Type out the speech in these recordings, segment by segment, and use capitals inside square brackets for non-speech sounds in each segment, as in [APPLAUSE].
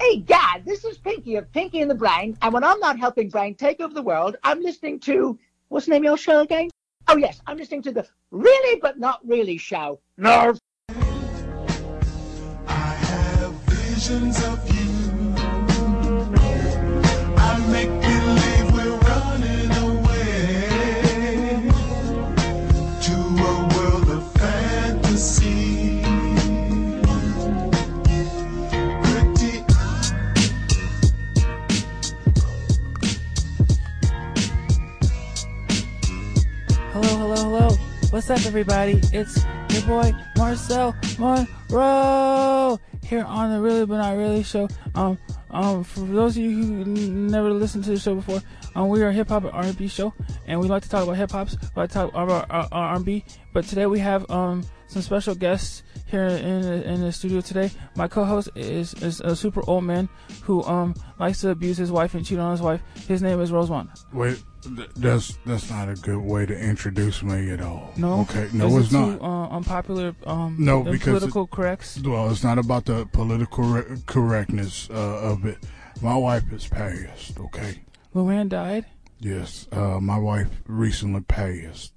Hey, God, this is Pinky of Pinky and the Brain. And when I'm not helping Brain take over the world, I'm listening to what's the name of your show again? Oh, yes, I'm listening to the Really But Not Really show. Nerve. I have visions of you. I make believe we're running away to a world of fantasy. Pretty Hello, hello, hello. What's up, everybody? It's your boy Marcel Monroe here on the Really But Not Really show. Um, um, for those of you who n- never listened to the show before, um, we are a hip hop and R&B show, and we like to talk about hip hops, we like to talk about our, our R&B. But today we have um some special guests here in the, in the studio today. My co-host is is a super old man who um likes to abuse his wife and cheat on his wife. His name is Rosemont. Wait, th- that's that's not a good way to introduce me at all. No. Okay. No, Those it's are two, not. Uh, unpopular. Um, No, and because it- political corrects. Well, it's not about the political re- correctness uh, of it. My wife is passed. Okay. Luann died. Yes. Uh, my wife recently passed,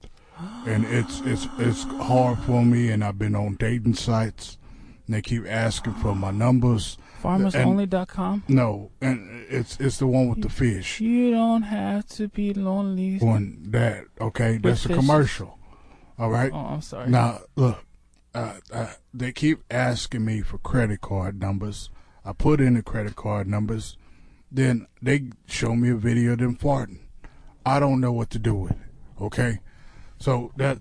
and it's it's it's hard for me. And I've been on dating sites. And they keep asking for my numbers. FarmersOnly.com. No, and it's it's the one with the fish. You don't have to be lonely. One that okay. That's a fish? commercial. All right. Oh, I'm sorry. Now, look, uh, uh, they keep asking me for credit card numbers. I put in the credit card numbers. Then they show me a video of them farting. I don't know what to do with it. Okay, so that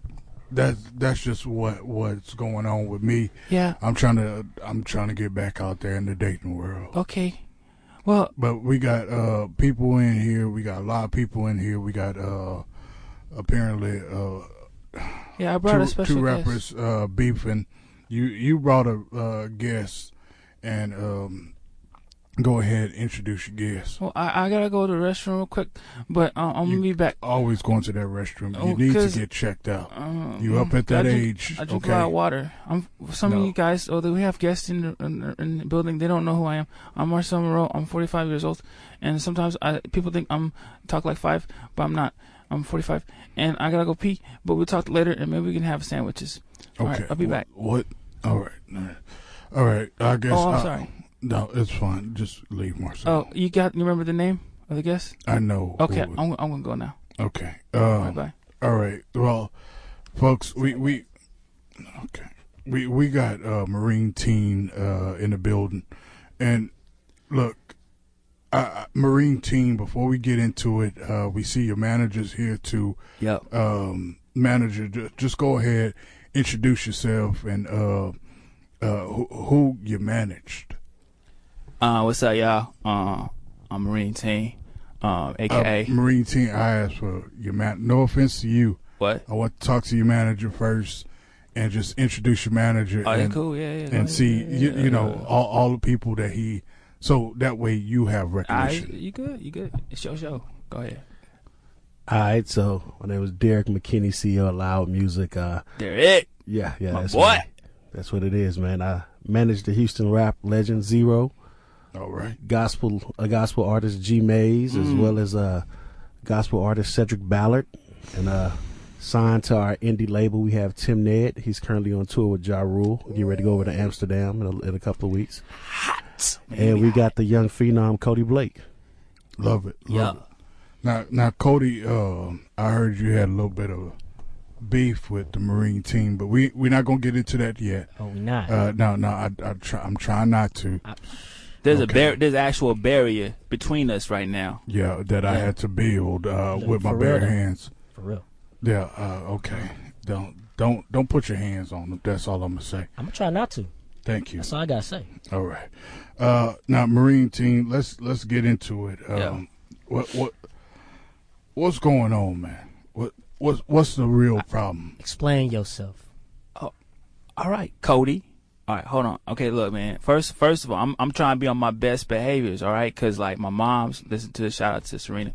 that's that's just what what's going on with me. Yeah. I'm trying to I'm trying to get back out there in the dating world. Oh. Okay. Well, But we got uh people in here. We got a lot of people in here. We got uh apparently uh yeah, I brought two, a special two guest. rappers uh, beefing. You you brought a uh, guest, and um, go ahead introduce your guest. Well, I, I gotta go to the restroom real quick, but uh, I'm gonna be back. Always going to that restroom. Oh, You need to 'cause- get checked out. Um, you up at I that drink- age? I drink okay. a lot of water. I'm some of No. you guys. Oh, we have guests in the, in, the, in the building. They don't know who I am. I'm Marcel Moreau. I'm 45 years old, and sometimes I people think I'm talk like five, but I'm not. I'm 45, and I gotta go pee. But we'll talk later, and maybe we can have sandwiches. All right, I'll be Wh- back. What? All right. All right. All right. I guess. Oh, I'm I- sorry. No, it's fine. Just leave, Marcel. Oh, you got? You remember the name of the guest? I know. Okay, who- I'm, I'm gonna go now. okay. Um, Bye bye. All right. Well, folks, we we okay. We we got uh Marine team uh in the building. And look, I, I- Marine team before we get into it, uh we see your managers here too. Yep. Um manager ju- just go ahead introduce yourself and uh uh who, who you managed. Uh, what's up, y'all? Uh, I'm Marine Team, um, Uh, aka Marine team I asked for your man no offense to you. what? I want to talk to your manager first and just introduce your manager Oh, yeah, and cool, yeah, yeah. go ahead. and see you, yeah, you know all, all the people that he so that way you have I, recognition you good? You good? It's your show. Go ahead. All right, so my name is Derek McKinney, CEO of Loud Music. Uh, Derek, yeah, yeah, My that's boy. What, that's what it is, man. I manage the Houston rap legend Zero, all right gospel a gospel artist G Mays, as Mm. well as uh, gospel artist Cedric Ballard, and uh, signed to our indie label we have Tim Ned. He's currently on tour with Ja Rule. Get ready to go over to Amsterdam in a, in a couple of weeks, and we got the young phenom Cody Blake. love it love it now now cody uh, i heard you had a little bit of beef with the marine team but we we're not gonna get into that yet Oh, we not. uh no no i, I try, i'm trying not to there's a Okay. bar- there's actual barrier between us right now. yeah that i had to build uh with my for bare real. hands for real. yeah uh okay don't don't don't put your hands on them that's all i'm gonna say I'm gonna try not to. thank you That's all I gotta say. All right. Uh, now, Marine team, let's let's get into it. Um, Yeah. What what what's going on, man? What what's what's the real problem? Explain yourself. All right, Cody. All right, hold on. Okay, look, man. First, first of all, I'm I'm trying to be on my best behaviors. All right, cause like my mom's listen to the shout out to Serena,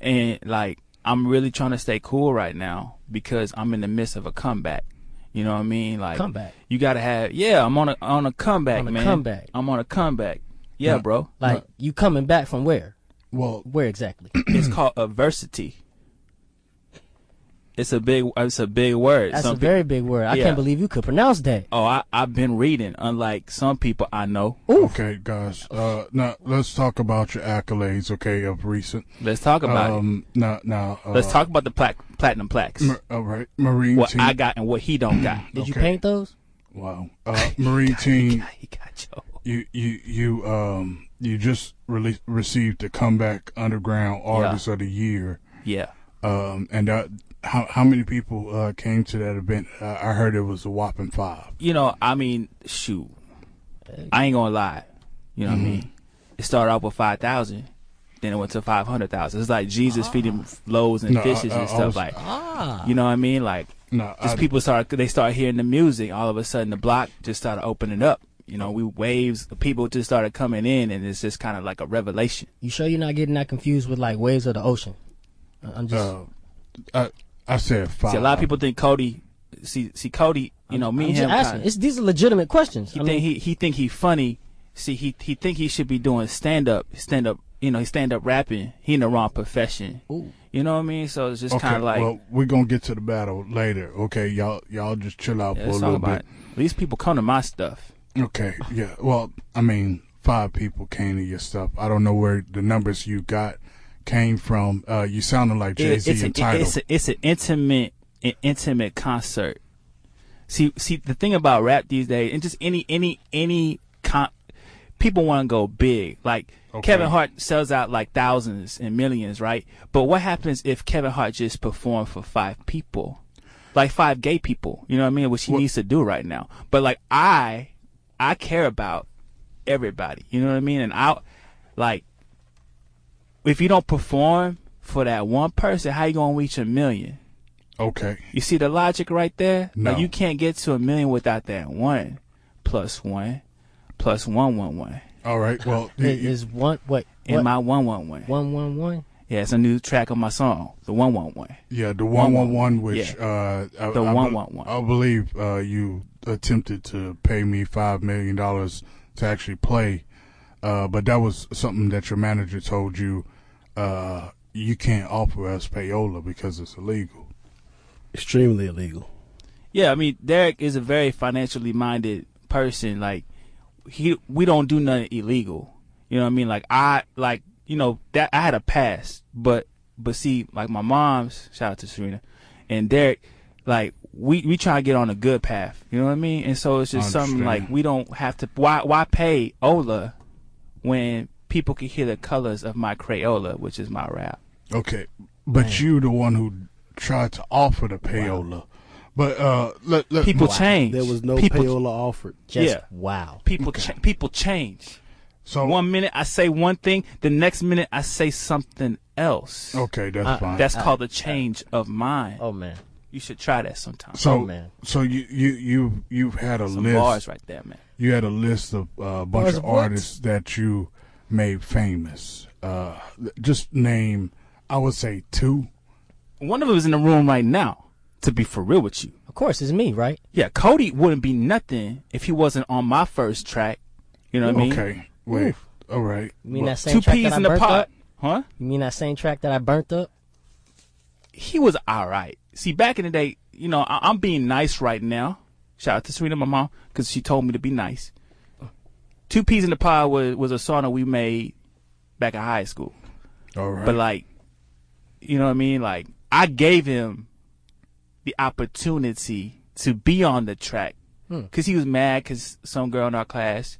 and like I'm really trying to stay cool right now because I'm in the midst of a comeback. You know what I mean? Like Comeback. You gotta have yeah. I'm on a on a comeback, On a man. comeback. I'm on a comeback. Yeah, bro. Like you coming back from where? Well, Where [CLEARS THROAT] exactly? it's called adversity. It's a big. It's a big word. That's Some a peo- very big word. I Yeah. can't believe you could pronounce that. oh, I, I've been reading. Unlike some people I know. okay, guys. Uh, now let's talk about your accolades. Okay, of recent. Let's talk about it. Um, now, now. Uh, Let's talk about the pla- platinum plaques. Ma- all right, Marine what team. I got and what he don't got. [CLEARS THROAT] Did you Okay. paint those? wow. [LAUGHS] Uh, Marine he team. [LAUGHS] got, he got Joe. you you you um you just released received the comeback underground artist of the year Yeah. um and that, how how many people uh came to that event uh, i heard it was a whopping five you know, I mean, shoot, I ain't gonna lie. You know Mm-hmm. what I mean? It started off with five thousand, then it went to five hundred thousand. It's like Jesus feeding loaves and No, I- fishes I- I and stuff was- like. Ah. You know what I mean? Like, no just I- Uh, people start they start hearing the music. All of a sudden, the block just started opening up. You know, we waves people just started coming in, and it's just kind of like a revelation. You sure you're not getting that confused with like waves of the ocean? I- I'm just. uh, i i said five See, a lot of people think Cody. See, see, Cody. You know, me Uh-huh. I'm and just him. asking. kinda- It's, these are legitimate questions. He I think mean, he he think he funny. See, he he think he should be doing stand up, stand up. You know, he stand up rapping. He in the wrong profession. You know what I mean? So it's just okay kind of like well we're gonna get to the battle later okay y'all y'all just chill out yeah, for a let's talk little about. bit It. These people come to my stuff. okay yeah well i mean five people came to your stuff i don't know where the numbers you got came from uh you sounded like It- jay-z it's a- entitled it's a, it's an intimate an intimate concert. See see the thing about rap these days and just any any any con- people want to go big. Like Okay. Kevin Hart sells out like thousands and millions, right? But what happens if Kevin Hart just performed for five people? Like five gay people, you know what I mean? Which he Well- needs to do right now. But like I I care about everybody. You know what I mean? And I like if you don't perform for that one person, how you gonna reach a million? okay You see the logic right there? No. Like you can't get to a million without that one plus one plus one one one. All right. Well, you- it you- is one wait And what? my one one one. one one one. Yeah, it's a new track on my song. The one one one. yeah, the one one one, which Yeah. uh, I, The I bel- 111. I believe uh, you attempted to pay me five million dollars to actually play, uh, but that was something that your manager told you uh, you can't offer us payola because it's illegal. Extremely illegal. Yeah, I mean Derek is a very financially minded person. Like he, we don't do nothing illegal. You know what I mean? Like I, like you know that I had a past, but but see, like my mom's shout out to Serena and Derek, like we we try to get on a good path. You know what I mean? And so it's just something Understand. like we don't have to. Why why pay Ola when people can hear the colors of my Crayola, which is my rap? Okay, but you the one who tried to offer the payola, but uh, let, let People change. There was no people, payola offered. Just Yeah. wow. People cha- people change. So One minute I say one thing, the next minute I say something else. okay, that's fine. Uh, That's called a change of mind. Oh man. You should try that sometime. so oh, man. so you you you you've had a Some list. bars right there, man. you had a list of uh, a bunch Bars of of what? artists that you made famous. Uh, just name, I would say two. One of them is in the room right now. To be for real with you, Of course, it's me, right? yeah, Cody wouldn't be nothing if he wasn't on my first track. You know what I mean? Okay, wait, all right. You mean Well, that same Two track peas that I in the burnt pot, up? huh? You mean that same track that I burnt up? He was all right. See, back in the day, you know, I- I'm being nice right now. Shout out to Serena, my mom, because she told me to be nice. Two peas in the pod was was a song that we made back in high school. all right. But like, you know what I mean? Like, I gave him the opportunity to be on the track because he was mad because some girl in our class,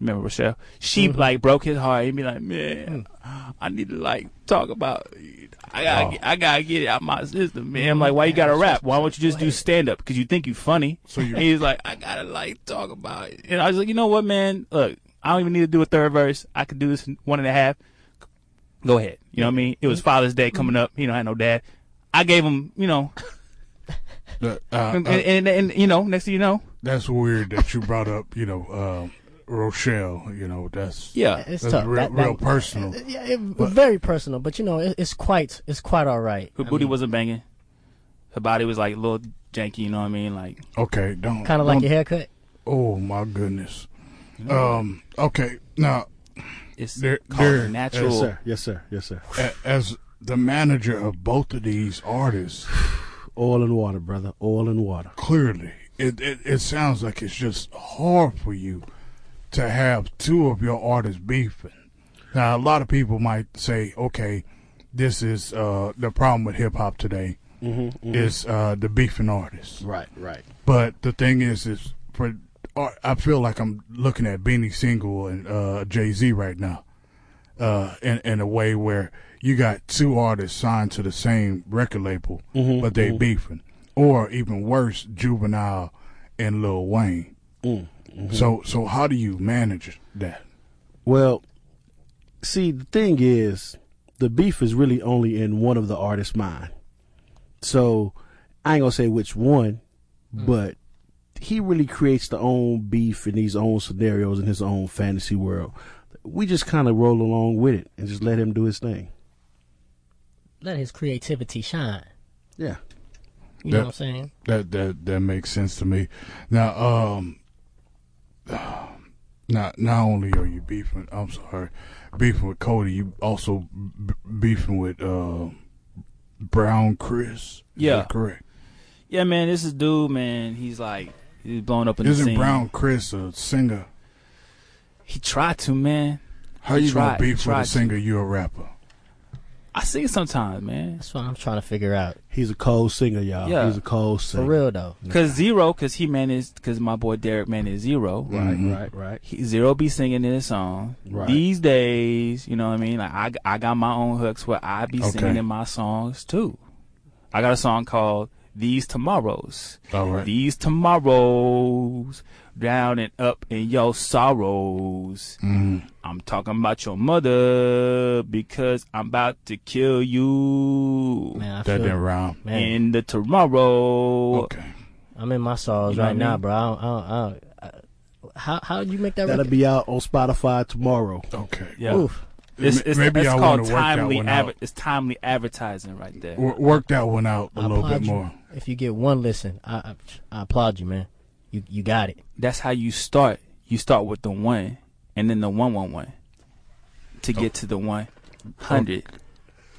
remember Rochelle, she like broke his heart. He'd be like, man, I need to like talk about. I gotta, get, I gotta get it out my system, man. I'm like, why you gotta rap? Why don't you Oh. Mm-hmm. just do stand up? Because you think you funny. So you- and he's like, I gotta like talk about it. And I was like, you know what, man? Look, I don't even need to do a third verse. I could do this in one and a half go ahead. You know what I mean? It was Father's Day coming up. He don't have no dad. I gave him, you know, The- uh, and, uh, and, and, you know, next thing you know, that's weird that you brought up. You know, um Rochelle. You know, that's yeah, It's that's tough. real, That- that- uh, real personal. Yeah, it, very personal, but you know, it, it's quite, it's quite all right. her booty wasn't banging. Her body was like a little janky. You know what I mean? Like Okay, don't Kind of like don't- your haircut. Oh my goodness. Um. Okay. Now, It's They're- called they're- natural. Yes, sir. Yes, sir. Yes, sir. a- as the manager of both of these artists, Oil and water, brother. Oil and water. clearly, it, it, it sounds like it's just hard for you to have two of your artists beefing. Now, a lot of people might say, okay, this is uh, the problem with hip hop today is uh, the beefing artists. Right, right. But the thing is, is for art, I feel like I'm looking at Beanie Single and uh, Jay Z right now, uh, in in a way where you got two artists signed to the same record label, but they beefing, or even worse, Juvenile and Lil Wayne. So so how do you manage that? Well, see, the thing is, the beef is really only in one of the artist's mind. So I ain't gonna say which one, but he really creates the own beef in these own scenarios in his own fantasy world. We just kind of roll along with it and just let him do his thing. Let his creativity shine. Yeah. Yeah. You know what I'm saying? That that that makes sense to me. Now, um, not not only are you beefing, I'm sorry, beefing with Cody, you also b- beefing with uh, Brown Chris. Is Yeah. that correct. Yeah, man, this is dude, man. He's like he's blown up in the Isn't scene. Brown Chris a singer? He tried to, man. How He you tried- gonna he beef with tried a to. singer? You a rapper? I sing sometimes, man. That's what I'm trying to figure out. He's a cold singer, y'all. Yeah. He's a cold singer. For real though. Cause zero, cause he managed, cause my boy Derek managed zero. Right, right, right. He, zero be singing in his song. Right. These days, you know what I mean. Like I, I got my own hooks where I be singing Okay. in my songs too. I got a song called "These Tomorrows." All right. These tomorrows, down and up in your sorrows. Mm-hmm. I'm talking about your mother because I'm about to kill you Man, I That feel didn't rhyme. man, in the tomorrow. Okay. I'm in my songs You know right what I now, mean? bro. I don't, I don't, I don't, I, how how did you make that? That'll record? be out on Spotify tomorrow. Okay. Yeah. Oof. It's, M- it's, maybe it's I called wanna work that timely one adver- out. it's timely advertising right there. W- work that one out a I little bit applaud you. more. If you get one listen, I I, I applaud you, man. You you got it. That's how you start. You start with the one and then the one one one to get Oh. to the one hundred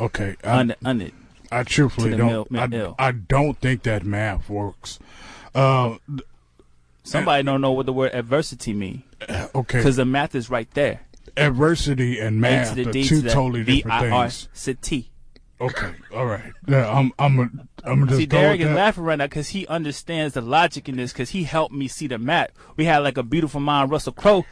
Okay. I, under under. I to truthfully the don't. mil- mil- I, I don't think that math works. Uh, Somebody don't know what the word adversity mean okay. because the math is right there. adversity and A to math the are D two to the totally different things. V-I-R-C-T. Okay, all right. Yeah, I'm I'm a, I'm gonna just See, go Derek with is that. laughing right now because he understands the logic in this because he helped me see the map. We had like a beautiful mind, Russell Crowe.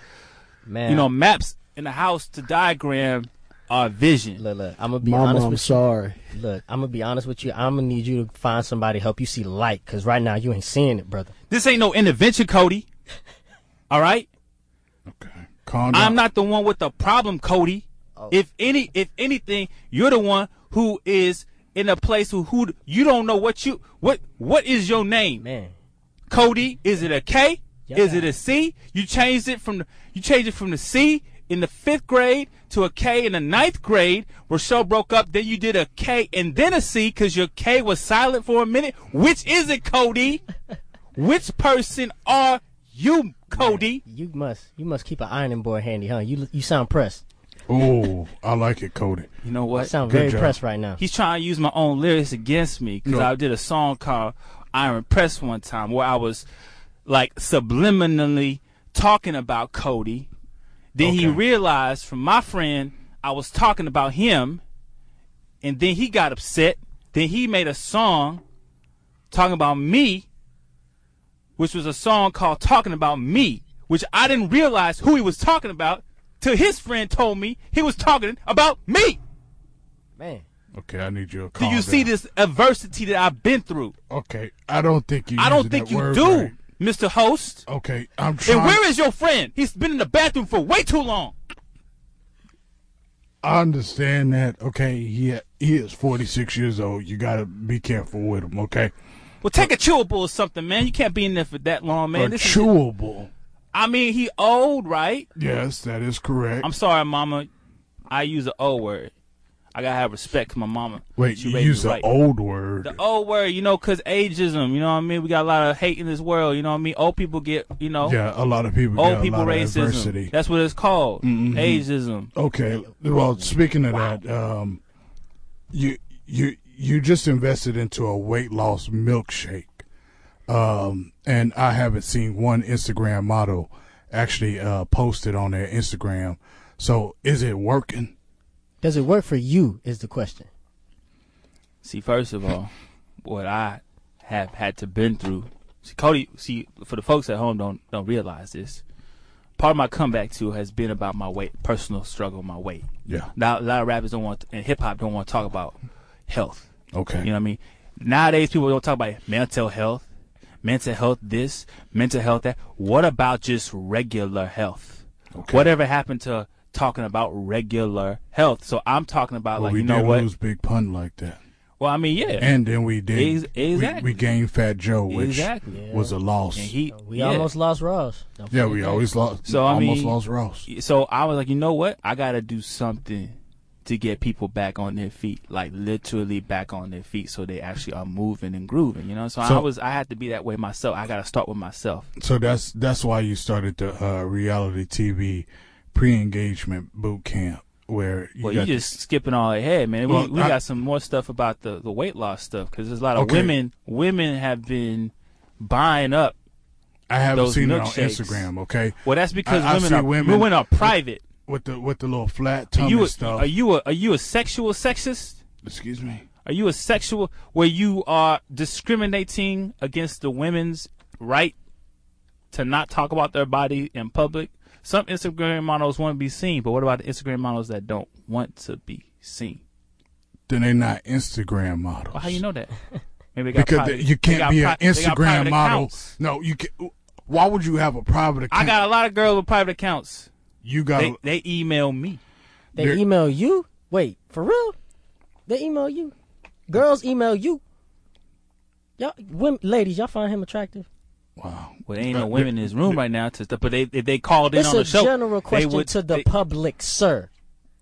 Man, You know, maps in the house to diagram our vision. look, look, I'm gonna be Mama, honest I'm with sorry. you. Look, I'm gonna be honest with you. I'm gonna need you to find somebody to help you see light, cause right now you ain't seeing it, brother. This ain't no intervention, Cody. All right? Okay, calm down. I'm not the one with the problem, Cody. If any, if anything, you're the one who is in a place who, who you don't know what you what what is your name, Man, Cody? Is it a K? Yeah. Is it a C? You changed it from the, you changed it from the C in the fifth grade to a K in the ninth grade. Rochelle broke up. Then you did a K and then a C because your K was silent for a minute. Which is it, Cody? Which person are you, Cody? you must you must keep an ironing board handy, huh? You you sound pressed. Oh, I like it, Cody. You know You what? sound Good very job. pressed right now. He's trying to use my own lyrics against me because No. I did a song called Iron Press one time where I was like subliminally talking about Cody. Then he Okay. realized from my friend I was talking about him, and then he got upset. Then he made a song talking about me, which was a song called Talking About Me, which I didn't realize who he was talking about till his friend told me he was talking about me. Man, Okay, I need you. To Do calm you see down. this adversity that I've been through? Okay, I don't think you. I don't think you do, Mr. Host. Okay, I'm trying. And where is your friend? He's been in the bathroom for way too long. I understand that. Okay, he he is 46 years old. You gotta be careful with him. Okay, Well, take a chewable or something, man. You can't be in there for that long, man. A This is, chewable. I mean, he old, right? Yes, that is correct. I'm sorry, Mama. I use the O word. I gotta have respect for my mama. Wait, She you raised me use the right. old word. The old word, you know, cause ageism. You know what I mean? We got a lot of hate in this world. You know what I mean? Old people get, you know, yeah, a lot of people. old get a people lot of racism. adversity. Mm-hmm. That's what it's called. Ageism. Okay. Well, speaking of that, um, you you you just invested into a weight loss milkshake, um, and I haven't seen one Instagram model actually uh, posted on their Instagram. So is it working? Does it work for you? Is the question. See, first of all, what I have had to been through. See, Cody. See, for the folks at home, don't don't realize this. Part of my comeback too has been about my weight, personal struggle, with my weight. Yeah. Now, a lot of rappers don't want and hip hop don't want to talk about health. Okay. You know what I mean? Nowadays, people don't talk about mental health, mental health this, mental health that. What about just regular health? Okay. Whatever happened to talking about regular health? So I'm talking about Well, like we you know did what? lose big pun like that, Well, I mean yeah. and then we did. Ex- exactly. We, we gained Fat Joe, which Exactly. was a loss. And he We yeah. almost lost Ross. Don't yeah, forget we that. always lost. So, I almost mean- lost Ross. So I was like, you know what? I gotta do something to get people back on their feet, like literally back on their feet, so they actually are moving and grooving. You know, so, I So- was I had to be that way myself. I gotta start with myself. So that's that's why you started the uh, reality TV pre-engagement boot camp, where you well, got you just skipping all ahead, man. Well, we we I- got some more stuff about the, the weight loss stuff because there's a lot of Okay. women. Women have been buying up. I haven't those seen it on milkshakes. Instagram. Okay, Well, that's because I- I've women seen are women- women are private. with the with the little flat Are tummy you a, stuff. are you a are you a sexual sexist? Excuse me. Are you a sexual where you are discriminating against the women's right to not talk about their body in public? Some Instagram models want to be seen, but what about the Instagram models that don't want to be seen? Then they're not Instagram models. Well, how you know [LAUGHS] that? Maybe they got Because private- they- you they can't got be pri- an they got private Instagram model. accounts. No, you can. Why would you have a private account? I got a lot of girls with private accounts. you got. They they email me. They They're- email you. Wait, for real? They email you. Girls email you. Y'all, women, ladies, y'all find him attractive? wow. Well, there ain't no women in this room right now. To, but they if they called in it's on a the show. general they question would- to the they- public, sir.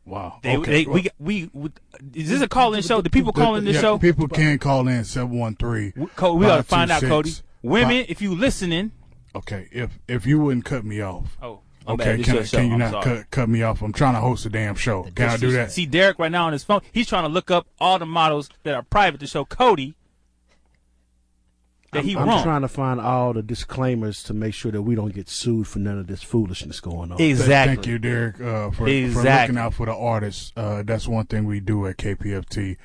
Wow. They, okay. they, we, got- we, we, is this a call-in show? The people calling this yeah, show? People can call in 713. We, Cody, we gotta find out, Cody. Women, if you listening. Okay, if if you wouldn't cut me off. Oh, okay, can, I- can you not cut, cut me off? I'm trying to host a damn show. Can I do that? See Derek right now on his phone. He's trying to look up all the models that are private to show Cody that he I'm wrong. trying to find all the disclaimers to make sure that we don't get sued for none of this foolishness going on. Th- exactly. Thank you, Derek, uh, for, for Exactly. looking out for the artists. Uh, that's one thing we do at KPFT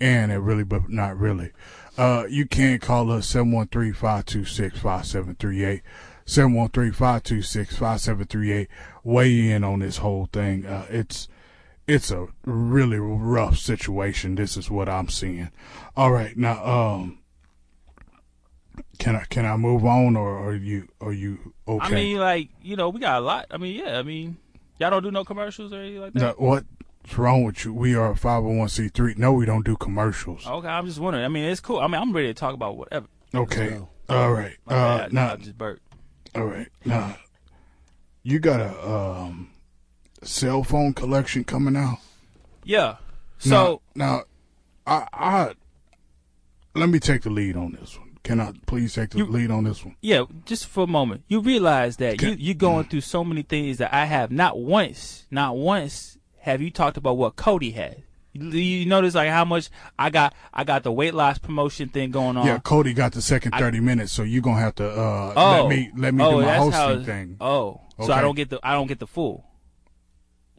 and at Really But Not Really. Uh, you can call us 713 526 5738. 713 526 5738. Weigh in on this whole thing. Uh, it's it's a really rough situation. This is what I'm seeing. All right, now um, can I can I move on or are you are you okay? I mean, like you know, we got a lot. I mean, yeah. I mean, y'all don't do no commercials or anything like that. No, what's wrong with you? We are a 501c3. No, we don't do commercials. Okay, I'm just wondering. I mean, it's cool. I mean, I'm ready to talk about whatever. Okay. All right. My Uh, bad. I now, just burped. all right. Now, you got a um, cell phone collection coming out. Yeah. So now, now I, I let me take the lead on this one. Can I please take the You- lead on this one? yeah, just for a moment, you realize that you Okay. Mm. you going through so many things that I have not once, not once have you talked about what Cody had. You, you notice like how much I got, I got the weight loss promotion thing going on. yeah, Cody got the second 30 minutes, so you're going to have to uh, oh, let me let me oh, do my that's how hosting it- thing. Oh, so Okay. I don't get the I don't get the full.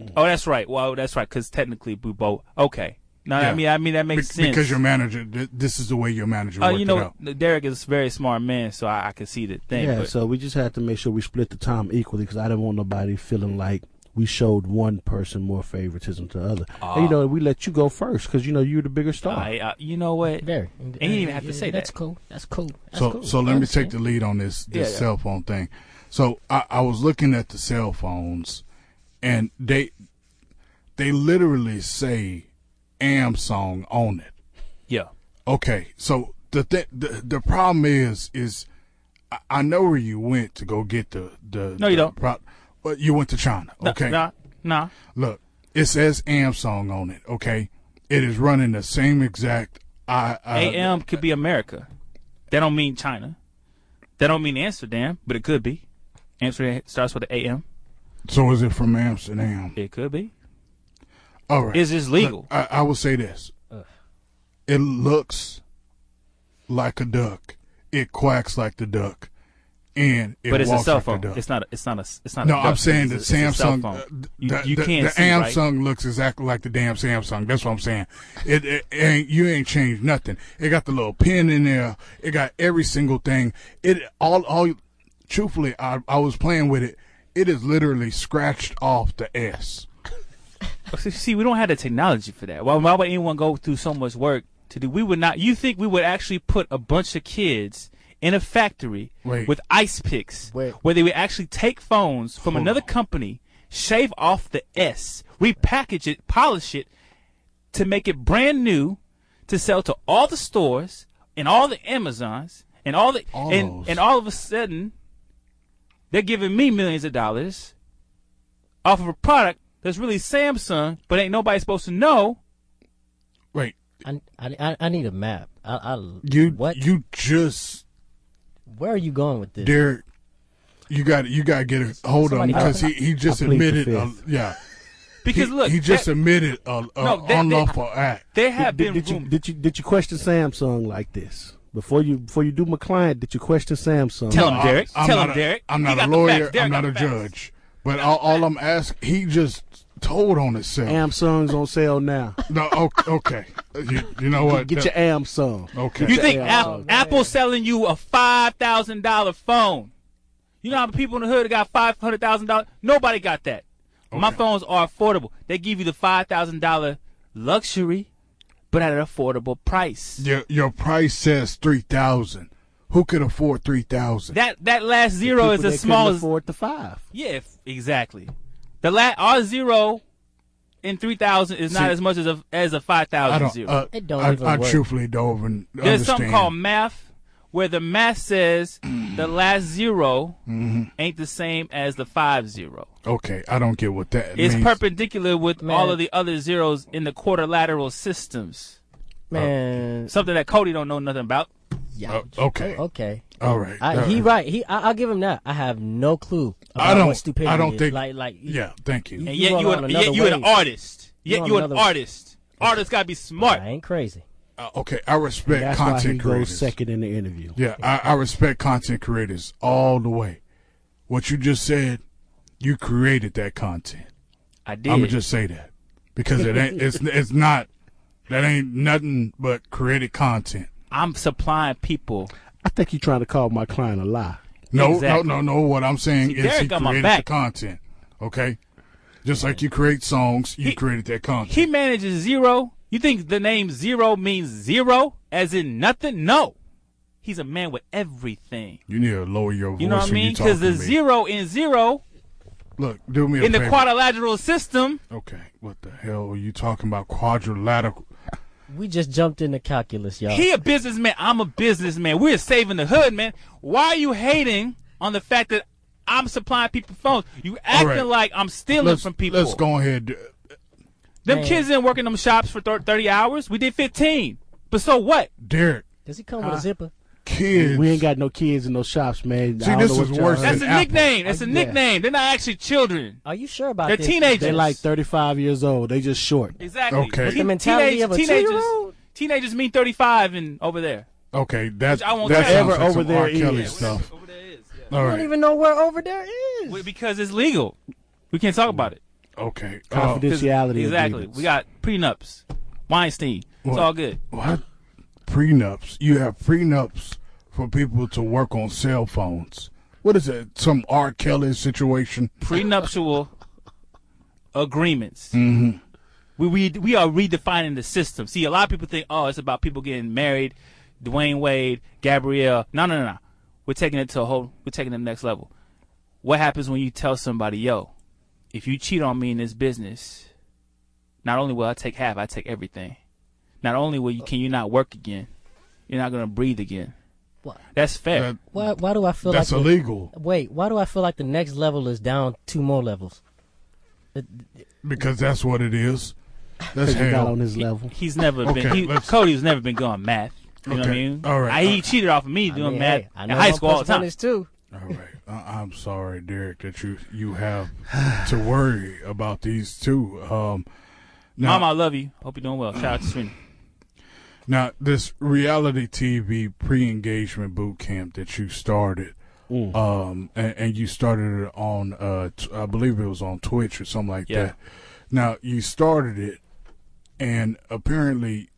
Mm. Oh, that's right. Well, that's right because technically we both okay. No, Yeah. I mean I mean that makes Be- sense Because your manager, th- this is the way your manager Uh, worked you it know, out. Derek is a very smart man, so I, I can see the thing. yeah, but- so we just had to make sure we split the time equally because I didn't want nobody feeling like we showed one person more favoritism to the other. and, you know, we let you go first because you know you're the bigger star. Ah. I, I- you know what? Very. And you didn't even have to say That's that. cool. That's cool. That's so cool. so I let me understand. take the lead on this this Yeah, yeah. cell phone thing. So I, I was looking at the cell phones, and they they literally say Samsung on it. Yeah. Okay, so the th- the the problem is is I, I know where you went to go get the the No, you the don't. Pro- but you went to China. No, Okay, Nah, nah. look, it says Samsung on it. Okay, It is running the same exact. I, I AM could be America. That don't mean China. That don't mean Amsterdam, but it could be. Amsterdam starts with the AM. So is it from Amsterdam? It could be. All right. Is this legal? Look, I, I will say this. It looks like a duck. It quacks like the duck, and it but it's a walks cell like phone. the duck. It's not. A, it's not a. It's not. no, a I'm duck. saying It's the a- it's a cell Samsung. phone. uh, You, the, you the- can't the see right? Samsung looks exactly like the damn Samsung. That's what I'm saying. It, it ain't you ain't changed nothing. It got the little pin in there. It got every single thing. It all all. Truthfully, I I was playing with it. It is literally scratched off the S. See- See, we don't have the technology for that. Why, why would anyone go through so much work to do? We would not. You think we would actually put a bunch of kids in a factory Wait. with ice picks, Wait. where they would actually take phones from Hold another on. company, shave off the S, repackage it, polish it, to make it brand new, to sell to all the stores and all the Amazons and all the All and those. and all of a sudden, they're giving me millions of dollars off of a product that's really Samsung, but ain't nobody supposed to know. Wait, I, I, I- I need a map. I, I, you what? you just Where are you going with this? Derek. You got you got to get a hold of him Somebody- because he, he just I plead the admitted. A, fifth. yeah, Because he, look, he just there, admitted a, a No, that- that- unlawful act. there have Did, been did you rumors. did you did you question Samsung like this before you before you do my client? Did you question Samsung? Tell him, I- Derek. I'm Tell not him, a- Derek. I'm He not got a the lawyer. facts. Derek I'm got not a the facts. judge. But all, all I'm asking, he just told on himself. Samsung's on sale now. no, okay. okay. You, you know what? Get your Samsung. okay. You think Yeah, Apple, man. Apple selling you a five thousand dollar phone? You know how many people in the hood got five hundred thousand dollars? Nobody got that. My Okay. phones are affordable. They give you the five thousand dollar luxury, but at an affordable price. your your price says three thousand. Who could afford three thousand? That that last zero is People as that small couldn't as afford the five. Yeah, if, exactly. The la- our zero in three thousand is not See, as much as a as a five I thousand don't. zero. Uh, It don't I, even I work. truthfully don't even There's understand. something called math where the math says the last 0 ain't the same as the five zero. Okay, I don't get what that It's means. perpendicular with Man. all of the other zeros in the quadrilateral systems. Man, Something that Cody don't know nothing about. yeah. Uh, okay. Oh, Okay, All right. I, All he right. right. He, I, I'll give him that. I have no clue. About I don't- What stupidity I don't is. think- Like, like, Yeah. Thank you. And You yet are you on an, another yet you an wave. artist. You're Yet on you an another- artists. Artists gotta be smart. I ain't crazy. Uh, okay, I respect That's why he content goes creators. second in the interview. Yeah, I, I respect content creators all the way. What you just said, you created that content. I did. I'm gonna just say that because it ain't. [LAUGHS] it's it's not. That ain't nothing but created content. I'm supplying people I think you're trying to call my client a lie. No, Exactly. no, no, no. What I'm saying See, is Derek he got my created the back. content. Okay, just like you create songs, you He- created that content. He manages zero. You think the name zero means zero, as in nothing? No. He's a man with everything. you need to lower your voice. You know what I when you mean? Because talking the to me. zero in zero Look, do me a in the favor. quadrilateral system. okay, what the hell are you talking about? Quadrilateral. We just jumped into calculus, y'all. He a businessman. I'm a businessman. We're saving the hood, man. Why are you hating on the fact that I'm supplying people phones? You acting right. like I'm stealing Let's, from people. let's go ahead. Them Man. kids didn't work in them shops for thir- 30 hours. We did 15. But so what? Derek, Does he come with a zipper? kids. We ain't got no kids in no shops, man. I See, don't this know is what y'all worse heard. That's An a apple. nickname. That's a Yeah. nickname. They're not actually children. Are you sure about They're this? teenagers. They're like 35 years old. They just short. Exactly. Okay. With the mentality of a teenagers, two-year-old? teenagers mean 35 and over there. Okay, that's Which I won't that touch. sounds like Whatever some over R. there Kelly is. stuff. Over there is. All I don't right, even know where over there is. Because it's legal. We can't talk about it. okay. Uh, Confidential. 'Cause- Potentiality Exactly. agreements. We got prenups. Weinstein. What? It's all good. what prenups? You have prenups for people to work on cell phones. What is it? Some R. Kelly situation? Prenuptial agreements. We, we we are redefining the system. See, a lot of people think, oh, it's about people getting married, Dwayne Wade, Gabrielle. No, no, no, no. We're taking it to a whole. We're taking it to the next level. What happens when you tell somebody, yo, if you cheat on me in this business, not only will I take half, I take everything. Not only will you can you not work again, you're not gonna breathe again. What? That's fair. That, Why, why do I feel that's like the- illegal Wait, why do I feel like the next level is down two more levels? because that's what it is. That's He's not hell. on his level. He's never Okay, been. He, let's- Cody's never been going math. You know what I Okay, mean? all right, I, all he right. cheated off of me doing mean, math hey, I in know high one school all plus the time. one is two. All right. I- I'm sorry, Derek, that you you have to worry about these two. Um, now, Mom, I love you. Hope you're doing well. Shout out to Serena. now this reality TV pre-engagement boot camp that you started, Mm. um, and, and you started it on, uh, t- I believe it was on Twitch or something like Yeah. that. Now you started it, and apparently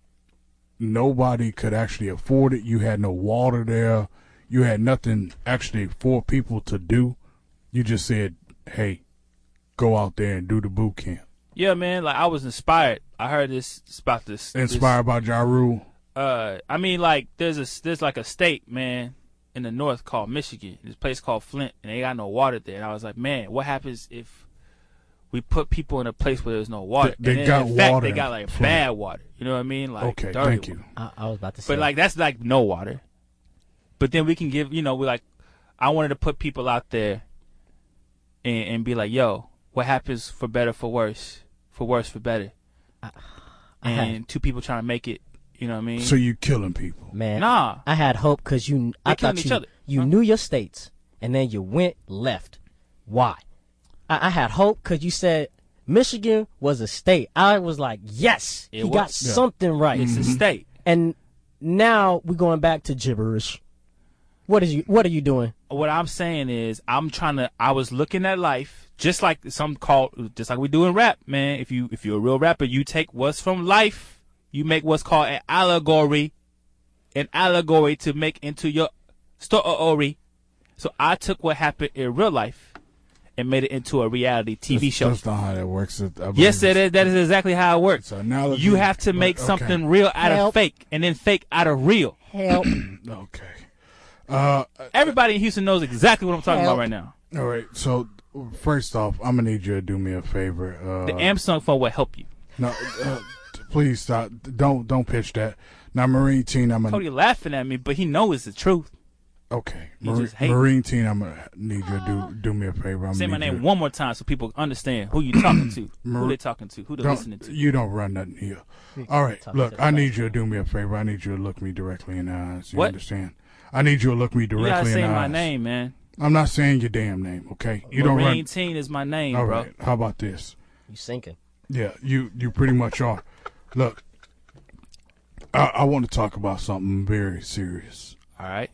nobody could actually afford it. You had no water there. You had nothing actually for people to do. You just said, "Hey, go out there and do the boot camp." Yeah, man. Like I was inspired. I heard this about this. this- Inspired by Ja Rule. uh, I mean, like there's a there's like a state, man, in the north called Michigan. This place called Flint, and they got no water there. And I was like, man, what happens if we put people in a place where there's no water? They- they And got in fact, water They in got like Flint. bad water. You know what I mean? Like Okay, dirty thank you. water. I, I was about to say. But like that's like no water. But then we can give you know we like I wanted to put people out there and and be like, yo, what happens for better for worse, for worse for better, and two people trying to make it. You know what I mean? So you killing people. man, Nah. I had hope because you. I They killing thought each you other, you huh? knew your states, and then you went left. Why? I, I had hope because you said Michigan was a state. I was like, yes, It he got was. Yeah. something right. it's a state. and now we're going back to gibberish. What is you? What are you doing? What I'm saying is, I'm trying to. I was looking at life just like some call, just like we do in rap, man. If you if you're a real rapper, you take what's from life, you make what's called an allegory, an allegory to make into your story. So I took what happened in real life and made it into a reality TV That's- show. That's not how that works. It- I believe Yes, that it's- is, that is exactly how it works. It's an analogy, you have to but- make okay. something real out of Help. fake, and then fake out of real. Help! Okay. Everybody in Houston knows exactly what I'm talking about Help. right now. All right. So first off, I'm gonna need you to do me a favor. Uh, The Samsung phone will help you. no, uh, t- please stop. Don't don't pitch that. Now, Marine Teen, I'm gonna Cody laughing at me, but he knows it's the truth. okay. You Marine, just hate- Marine Teen, I'm gonna need you to do do me a favor. I'm Say my gonna need name you- one more time so people understand who you talking [COUGHS] to, Mar- who they talking to, who they listening Don't, to. you don't run nothing here. All right, look, I need you to do me a favor. I need you to look me directly in the eyes. You What? understand? I need you to look me You gotta directly in say the eyes. my name, man. I'm not saying your damn name, okay? You Marine don't run. Teen is my name, All bro. right. How about this? You sinking? Yeah, you you pretty much are. Look, I, I want to talk about something very serious. All right.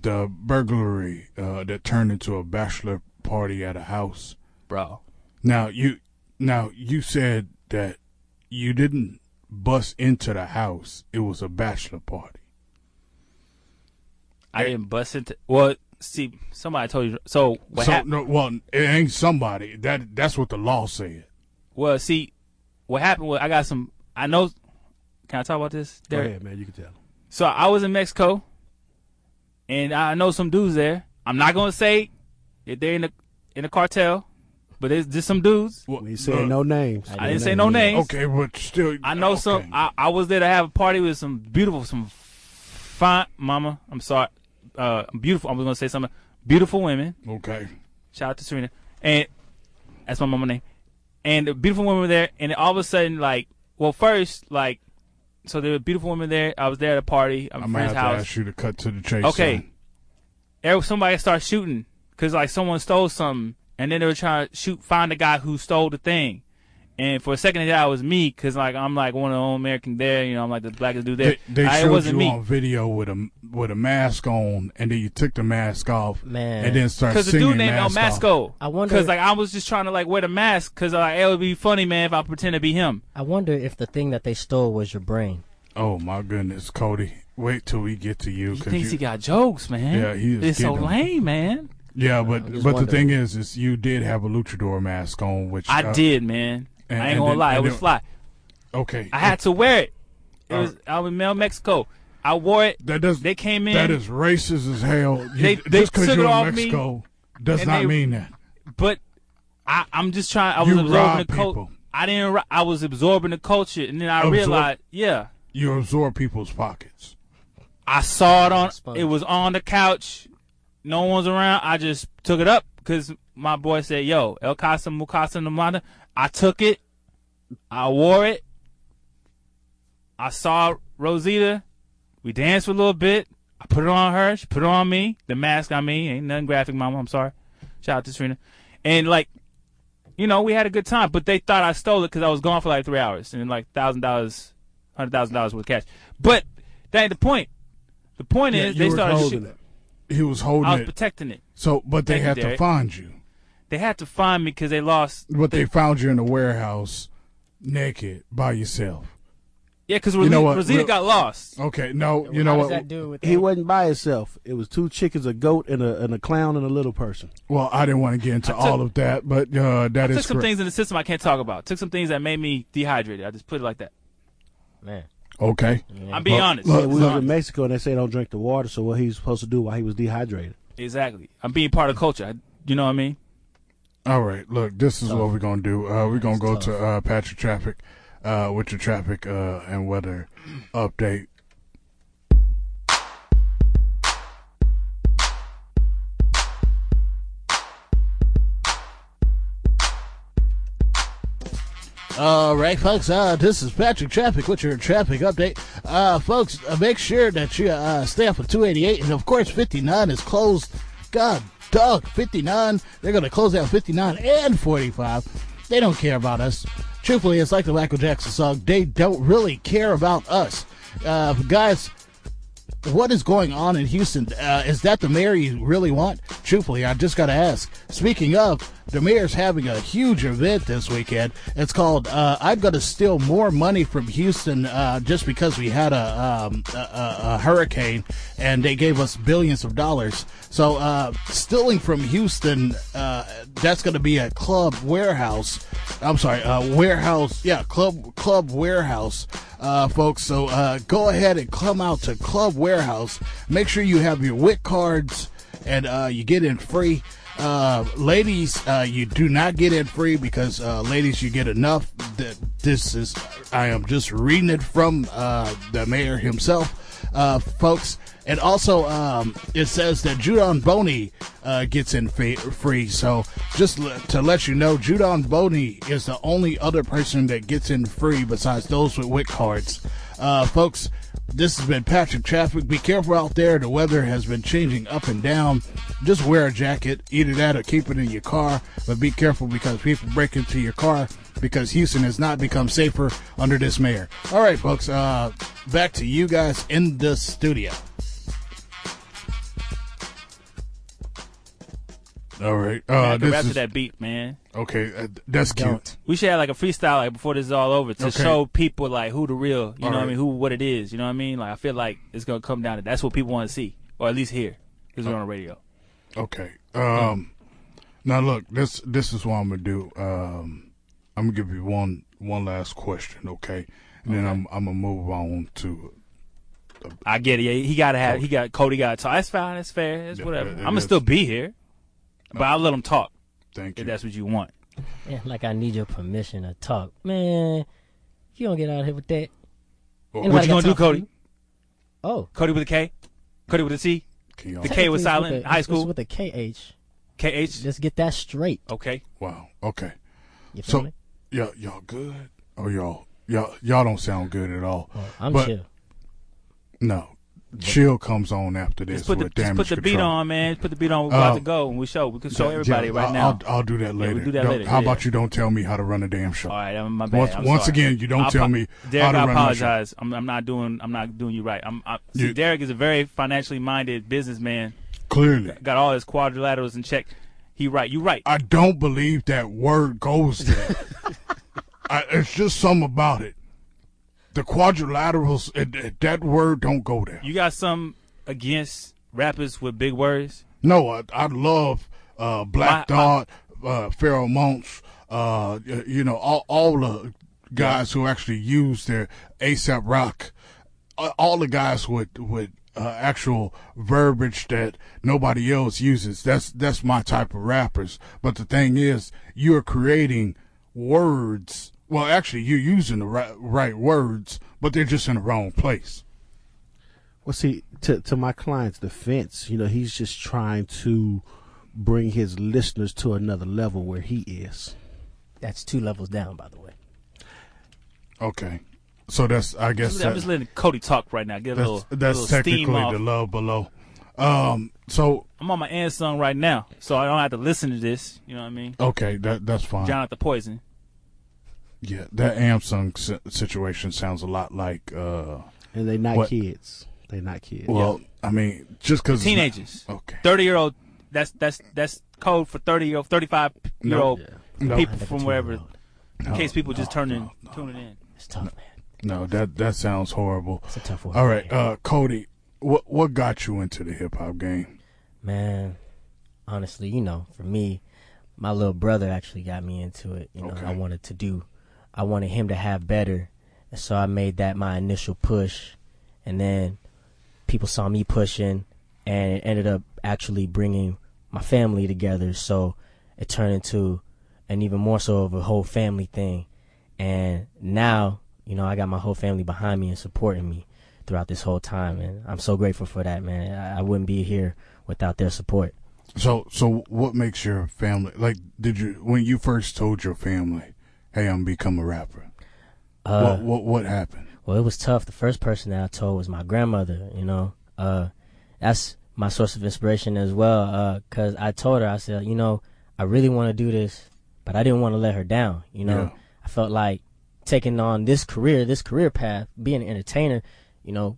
The burglary uh, that turned into a bachelor party at a house. Bro. Now you now you said that you didn't bust into the house. It was a bachelor party. I didn't bust into well, see, somebody told you so what so hap- no, well, it ain't somebody. That that's what the law said. well see what happened was I got some I know can I talk about this? Go Derek? ahead, man. You can tell. So I was in Mexico, and I know some dudes there. I'm not gonna say that they're in the in the cartel, but there's just some dudes. Well, When you said no names. I didn't say no names. Okay, but still, uh, I know some. okay. I, I was there to have a party with some beautiful, some fine mama. I'm sorry, uh, beautiful. I was gonna say something. Beautiful women. okay. Shout out to Serena, and that's my mama name. And the beautiful women were there, and all of a sudden, like, well, first, like, so there were beautiful women there. I was there at a party. I'm I might friend's have to house. ask you to cut to the chase. Okay. son. there was somebody start shooting because like someone stole something, and then they were trying to shoot find the guy who stole the thing. And for a second, they thought it was me because like I'm like one of the only American there, you know, I'm like the blackest dude there. They, they I, it showed wasn't you me on video with a with a mask on, and then you took the mask off, Man. and then started because the singing dude named El mask Off. Masco. I wonder- because like I was just trying to like wear the mask because like it would be funny, man, if I pretend to be him. I wonder if the thing that they stole was your brain. Oh my goodness, Cody! Wait till we get to you. He 'cause thinks you- he got jokes, man. Yeah, he is It's so getting 'em. lame, man. yeah, but I'm just but the wondering. thing is, is you did have a luchador mask on, which I uh, did, man. and- I ain't and gonna then- lie, it and was then- Oh. fly. Okay, I had to wear it. It All was I was in Mel Mexico. I wore it. That does They came in. That is racist as hell. You, They- they just because took you're it off in me, Mexico does and not they- mean that. but I, I'm just trying. I was You absorbing rob the culture. people. I didn't. ro- I was absorbing the culture, and then I Absorb- realized, yeah, You absorb people's pockets. I saw it on. Sponge. It was on the couch. No one's around. I just took it up because my boy said, "Yo, El Casa Mukasa Namada." I took it. I wore it. I saw Rosita. We danced for a little bit. I put it on her. She put it on me. The mask on me. Ain't nothing graphic, mama. I'm sorry. Shout out to Serena. And like, you know, we had a good time. But they thought I stole it because I was gone for like three hours and like thousand dollars, hundred thousand dollars worth of cash. But that ain't the point. The point Yeah, is you they was started. holding shit- it. He was holding I was it. protecting it. so, but they Thank you, had to Derek. find you. They had to find me because they lost. But they found you in the warehouse, naked by yourself. Yeah, because know what? Rosita Real- got lost. Okay, no, you know How what? does that do with He that? wasn't by himself. It was two chickens, a goat, and a and a clown and a little person. Well, I didn't want to get into I took- all of that, but uh, that Took is some correct. things in the system I can't talk about. Took some things that made me dehydrated. I just put it like that. Man, Okay, I'm being Look, honest. Uh, look, Yeah, we was in Honest. Mexico and they say don't drink the water. So what he was supposed to do while he was dehydrated? Exactly. I'm being part of culture. I, you know what I mean? all right. Look, this is what we're gonna do. Uh, we're gonna go to uh, Patrick Traffic uh, with your traffic uh, and weather update. All right, folks. Uh, this is Patrick Traffic with your traffic update. Uh, folks, uh, make sure that you uh, stay up for 288, and of course, 59 is closed. God, dog, 59. They're gonna close out 59 and 45. They don't care about us. Truthfully, it's like the Michael Jackson song. They don't really care about us, uh, guys what is going on in Houston? Uh, is that the mayor you really want? Truthfully, I just got to ask. Speaking of, the mayor's having a huge event this weekend. It's called uh, "I'm Going to Steal More Money from Houston" uh, just because we had a, um, a, a a hurricane and they gave us billions of dollars. So, uh, stealing from Houston, uh, that's going to be a club warehouse. I'm sorry, uh, warehouse. Yeah, club club warehouse uh, folks. So uh, go ahead and come out to Club Warehouse. Make sure you have your WIC cards and uh, you get in free. Uh, ladies, uh, you do not get in free because uh, ladies, you get enough. That this is, I am just reading it from uh, the mayor himself, uh, folks. And also, um, it says that Judon Boney uh, gets in fa- free. So, just l- to let you know, Judon Boney is the only other person that gets in free besides those with WIC cards. Uh, folks, this has been Patrick Traffic. Be careful out there. The weather has been changing up and down. Just wear a jacket, either that or keep it in your car. But be careful because people break into your car because Houston has not become safer under this mayor. All right, folks, uh, back to you guys in the studio. All right. Man, Uh, I can this rap is, to that beat, man. Okay, uh, that's cute. We should have like a freestyle like before this is all over to Okay. show people like who the real, you know what I Alright. mean, who what it is, you know what I mean? Like I feel like it's gonna come down to that's what people want to see, or at least hear, because we're on the radio. Okay. Um, now look, this this is what I'm gonna do. Um, I'm gonna give you one one last question, okay? And then I'm I'm gonna move on to I get it. Yeah, he gotta have. He got Cody got. So that's fine. That's fair. It's Yeah, whatever. it- I'm it gonna is. still be here, but I'll let him talk thank you. if that's what you want. Yeah, like I need your permission to talk. Man, you don't get out of here with that. Well, Anybody What you got gonna do, time for Cody? you? Oh. Cody with a K, Cody with a C, Can y'all- the K was It's silent. with a- high it's school with a KH. K H. Let's get that straight. Okay. wow. Okay. You feel So me? y'all y'all good? Oh y'all y'all y'all don't sound good at all. Oh, I'm but- chill. No. Chill comes on after this Just put the with just damage put the beat control. on, man. Just put the beat on. We're about Uh, to go and we show. We can show Yeah, everybody yeah, right I'll, now. I'll, I'll do that we later. do that Don't- later, How yeah. about you don't tell me how to run a damn show? All right, I'm, my bad. Once- I'm once sorry. again, you don't I'll tell apo- me Derek, how to I run my show. apologize. I'm, I'm not doing. I'm not doing you right. I'm. I, see, You- Derek is a very financially minded businessman. Clearly. Got all his quadrilaterals in check. He right. You right. I don't believe that word goes there. I, it's just something about it. The quadrilaterals, it, it- that word don't go there. You got some against rappers with big words. No, I, I love uh, Black My- Dot, uh, Pharaoh Monks, uh, y- you know, all, all the guys who actually use their ASAP rock, uh, all the guys with, with uh, actual verbiage that nobody else uses. That's, that's my type of rappers. But the thing is, you're creating words. Well, actually, you're using the right, right words, but they're just in the wrong place. Well, see, to to my client's defense, you know, he's just trying to bring his listeners to another level where he is. That's two levels down, by the way. Okay. So that's I guess I'm that- just letting Cody talk right now. Get a that's, little, that's little technically steam off. the love below. Um. So I'm on my end song right now, so I don't have to listen to this. You know what I mean? okay, that that's fine. Jonathan Poison. Yeah, that Samsung si- situation sounds a lot like. uh And they not What? kids. They not kids. Well, I mean, just because Teenagers. Okay. Thirty year old. That's that's that's code for thirty year old, thirty five year old No, people from wherever. no, in case people just no, turning no, no. tuning in. It's tough, man. No, that that sounds horrible. It's a tough one. All right, uh, Cody, what what got you into the hip hop game? Man, honestly, you know, for me, my little brother actually got me into it. You know, Okay. I wanted to do, I wanted him to have better, and so I made that my initial push, and then people saw me pushing, and it ended up actually bringing my family together. So it turned into an even more so of a whole family thing, and now you know I got my whole family behind me and supporting me throughout this whole time, and I'm so grateful for that, man. I, I wouldn't be here without their support. So so what makes your family like? Did you when you first told your family, "Hey, I'm become a rapper"? Uh, what what what happened? Well, it was tough. The first person that I told was my grandmother. You know, uh, that's my source of inspiration as well. uh, Cause I told her, I said, you know, I really want to do this, but I didn't want to let her down. You know, Yeah. I felt like taking on this career, this career path, being an entertainer. You know,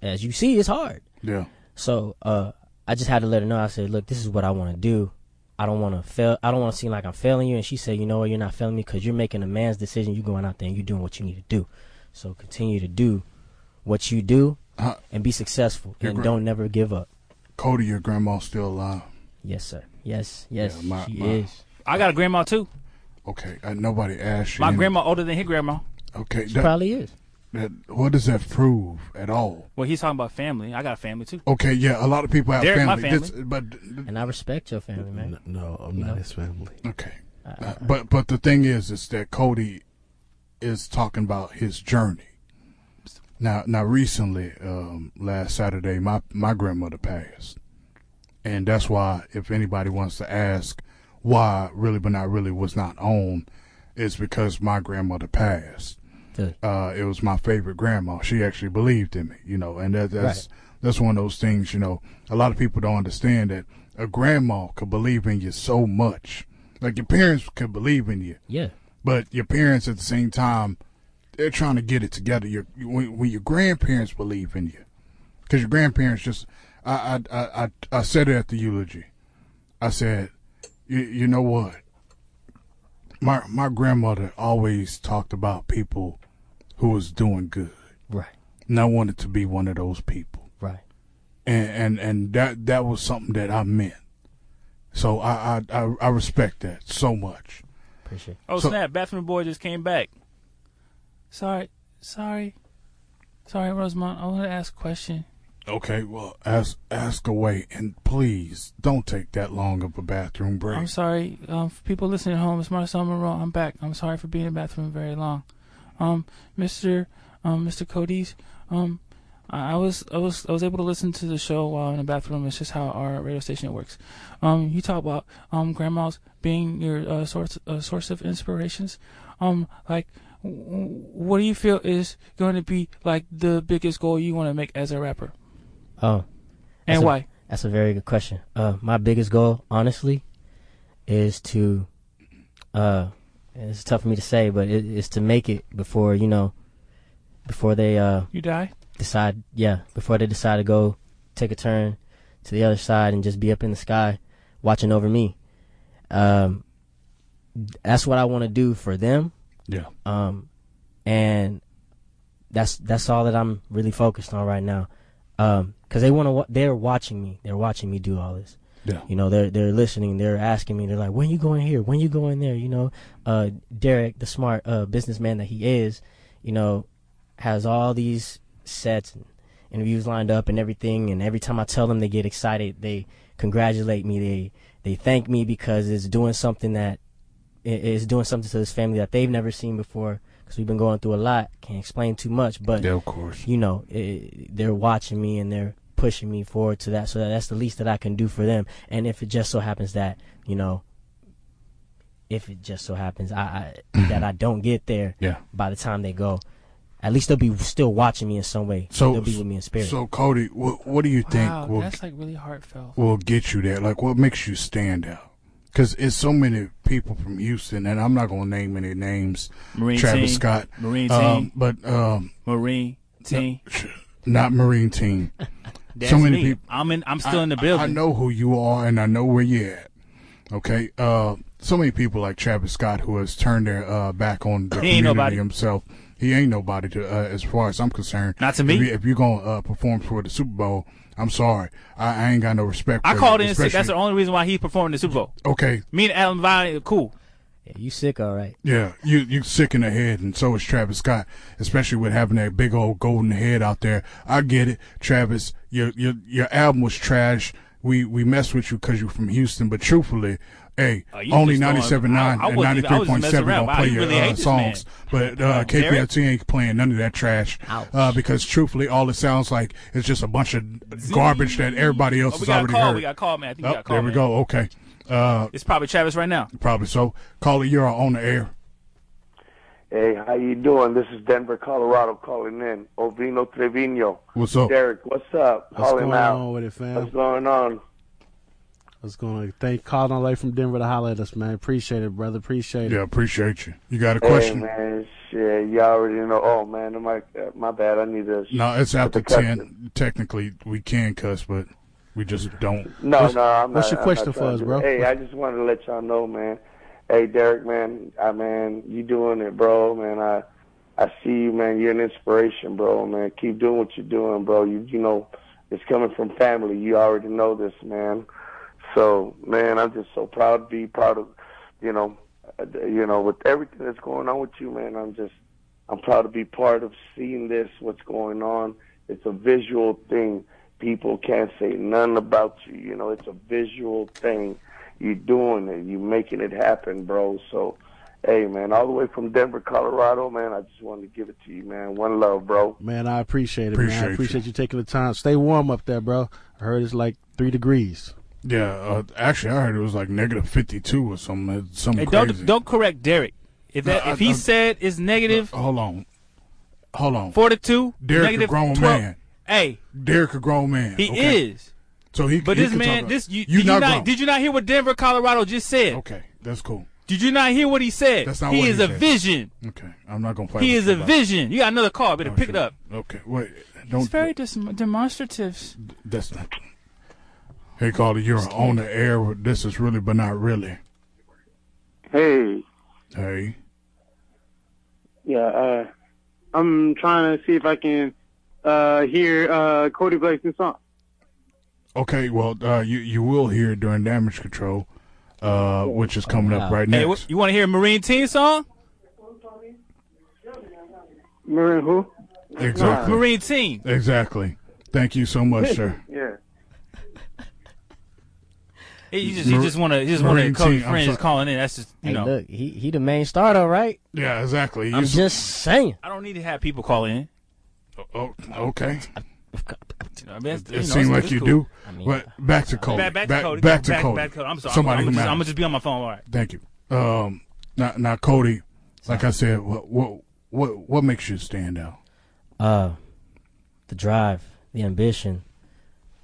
as you see, it's hard. Yeah. So uh, I just had to let her know. I said, "Look, this is what I want to do. I don't want to fail. I don't want to seem like I'm failing you." And she said, "You know what? You're not failing me because you're making a man's decision. You're going out there and you're doing what you need to do. So continue to do what you do Uh, and be successful Your and gra- don't never give up." Cody, your grandma still alive? Yes, sir. Yes, yes, Yeah, my- she my- is. I got a grandma too. Okay, uh, nobody asked you. My any- grandma older than his grandma. Okay, She that- probably is. that, what does that prove at all? Well, he's talking about family. I got a family too. Okay, yeah, a lot of people have They're my family, This- but And I respect your family, man. N- no, I'm You not know? his family. okay, Uh, but but the thing is, is that Cody is talking about his journey. Now, now, recently, um, last Saturday, my my grandmother passed, and that's why if anybody wants to ask why really but not really was not on, it's because my grandmother passed. Good. uh, it was my favorite grandma. She actually believed in me, you know, and that, that's that's one of those things, you know. A lot of people don't understand that a grandma could believe in you so much, like your parents could believe in you, Yeah. but your parents at the same time they're trying to get it together. Your when, when your grandparents believe in you, because your grandparents just, I I, I I I said it at the eulogy, I said, you, you know what. My my grandmother always talked about people who was doing good. Right. And I wanted to be one of those people. Right. And and, and that that was something that I meant. So I I, I, I respect that so much. Appreciate. Oh So- snap! Bathroom boy just came back. Sorry, sorry, sorry, Rosemont. I want to ask a question. Okay, well ask ask away and please don't take that long of a bathroom break. I'm sorry, um, for people listening at home. It's Marcel Monroe. I'm back. I'm sorry for being in the bathroom very long. Um, Mr. Um, Mr. Cody's. Um, I I was I was I was able to listen to the show while in the bathroom. It's just how our radio station works. Um, you talk about um grandmas being your uh, source uh, source of inspirations. Um, like, w- w- what do you feel is going to be like the biggest goal you want to make as a rapper, It. Oh, and As a- why? That's a very good question. Uh, my biggest goal, honestly, is to, uh, and it's tough for me to say, but it is to make it before you know, before they uh You die. decide, yeah, before they decide to go take a turn to the other side and just be up in the sky, watching over me. Um, that's what I want to do for them. Yeah. Um, and that's that's all that I'm really focused on right now. Um, cause they want to, wa- they're watching me. They're watching me do all this. Yeah. You know, they're they're listening. They're asking me. They're like, "When you going here? When you going there?" You know, uh, Derek, the smart uh, businessman that he is, you know, has all these sets and interviews lined up and everything. And every time I tell them, they get excited. They congratulate me. They they thank me because it's doing something that i- is doing something to this family that they've never seen before. Because we've been going through a lot. Can't explain too much, but Yeah, of course. you know, it, they're watching me and they're pushing me forward to that. So that, that's the least that I can do for them. And if it just so happens that, you know, if it just so happens I, [CLEARS THROAT] I that I don't get there Yeah. by the time they go. At least they'll be still watching me in some way. So they'll be with me in spirit. So Cody, what what do you wow, think will that's like really heartfelt. will get you there? Like, what makes you stand out? Because it's so many people from Houston, and I'm not gonna name any names. Marine Travis team, Scott, Marine um, team, but um, Marine team. not [LAUGHS] Marine team. That's so many me. people. I'm in. I'm still in the I- building. I, know who you are, and I know where you're at. Okay. Uh, so many people like Travis Scott who has turned their uh, back on the He community ain't nobody. himself. He ain't nobody to, uh, as far as I'm concerned. Not to me. If, you, if you're gonna uh, perform for the Super Bowl, I'm sorry, I, I ain't got no respect. I for called you, in sick. That's the especially- only reason why he performed the Super Bowl. okay. Me and Alan Vine, cool. Yeah, you sick, all right? Yeah, you you sick in the head, and so is Travis Scott, especially with having that big old golden head out there. I get it, Travis. Your your your album was trash. We we messed with you because you're from Houston, but truthfully, hey, Oh, you only just going- ninety seven nine I- I and ninety wasn't even- I was three just point messing seven around. don't Wow, play you your really uh, hate this man. songs, but uh, KPLT ain't playing none of that trash Ouch. uh, because truthfully, all it sounds like is just a bunch of garbage that everybody else Oh, we has got a already call. heard. We got a call, man. I think Oh, we got a call. there we man. go. Okay, uh, It's probably Travis right now. probably so. Caller, you're on the air. Hey, how you doing? This is Denver, Colorado calling in. Ovino Trevino. What's up? Derek, what's up? What's Calling going out. on with it, fam? What's going on? What's going on? Thank calling all the way from Denver to holler at us, man. Appreciate it, brother. Appreciate it. Yeah, appreciate you. You got a question? Hey, man, shit, you already know. Oh, man, my, my bad. I need to. No, it's after the cuss ten. Technically, we can cuss, but we just don't. No, What's- no, I'm what's not. your I'm question not for trying us, to- bro? Hey, I just wanted to let y'all know, man. Hey, Derek, man, I man, you doing it, bro, man. I I see you, man. You're an inspiration, bro, man. Keep doing what you're doing, bro. You you know, it's coming from family. You already know this, man. So, man, I'm just so proud to be proud of, you know, uh, you know, with everything that's going on with you, man. I'm just I'm proud to be part of seeing this, what's going on. It's a visual thing. People can't say nothing about you. You know, it's a visual thing. You're doing it. You're making it happen, bro. So, hey, man, all the way from Denver, Colorado, man, I just wanted to give it to you, man. One love, bro. Man, I appreciate it, man. Appreciate I you. appreciate you. taking the time. Stay warm up there, bro. I heard it's like three degrees. Yeah, uh, actually, I heard it was like negative fifty-two or something. uh, Something Hey, crazy. don't don't correct Derek. If that No, I- if he I'm- said it's negative Uh, Hold on, hold on. forty two, Derek, a negative grown 12 man. Hey, Derek, a grown man. he okay? is. So he. But he this can man, talk- this you, you did not you grown. not did you not hear what Denver, Colorado just said? Okay, that's cool. Did you not hear what he said? That's not he what is he a said. vision. Okay, I'm not gonna fight. He with is you a about vision. You got another call. Better that. pick it up. Okay, wait. Don't. dis- demonstrative. That's not. Hey, Calder, you're on the air. with This is really, but not really. Hey, Hey, yeah, uh, I'm trying to see if I can uh, hear uh, Cody Blake's song. okay. Well, uh, you you will hear it during damage control, uh, which is coming up right Hey, next. wh- you want to hear a Marine team song? Marin, who? Exactly. Marine team. Exactly. Thank you so much, sir. Yeah. Hey, You just you just want to just want to Marine Cody team, I'm friends sorry. calling in. That's just you Hey, know. look, he he the main starter, all right? Yeah, exactly. You I'm s- just saying. I don't need to have people call in. oh, okay. You know, I mean, that's- you know, It seems it's- like it's you cool. do. mean, but back to Cody. Back, back, to Cody. Back to Cody. Back to Cody. I'm sorry. Somebody I'm, who just, I'm matters. gonna just be on my phone. All right. Thank you. Um, now, now, Cody. Like I said, what what what what makes you stand out? Uh, the drive, the ambition,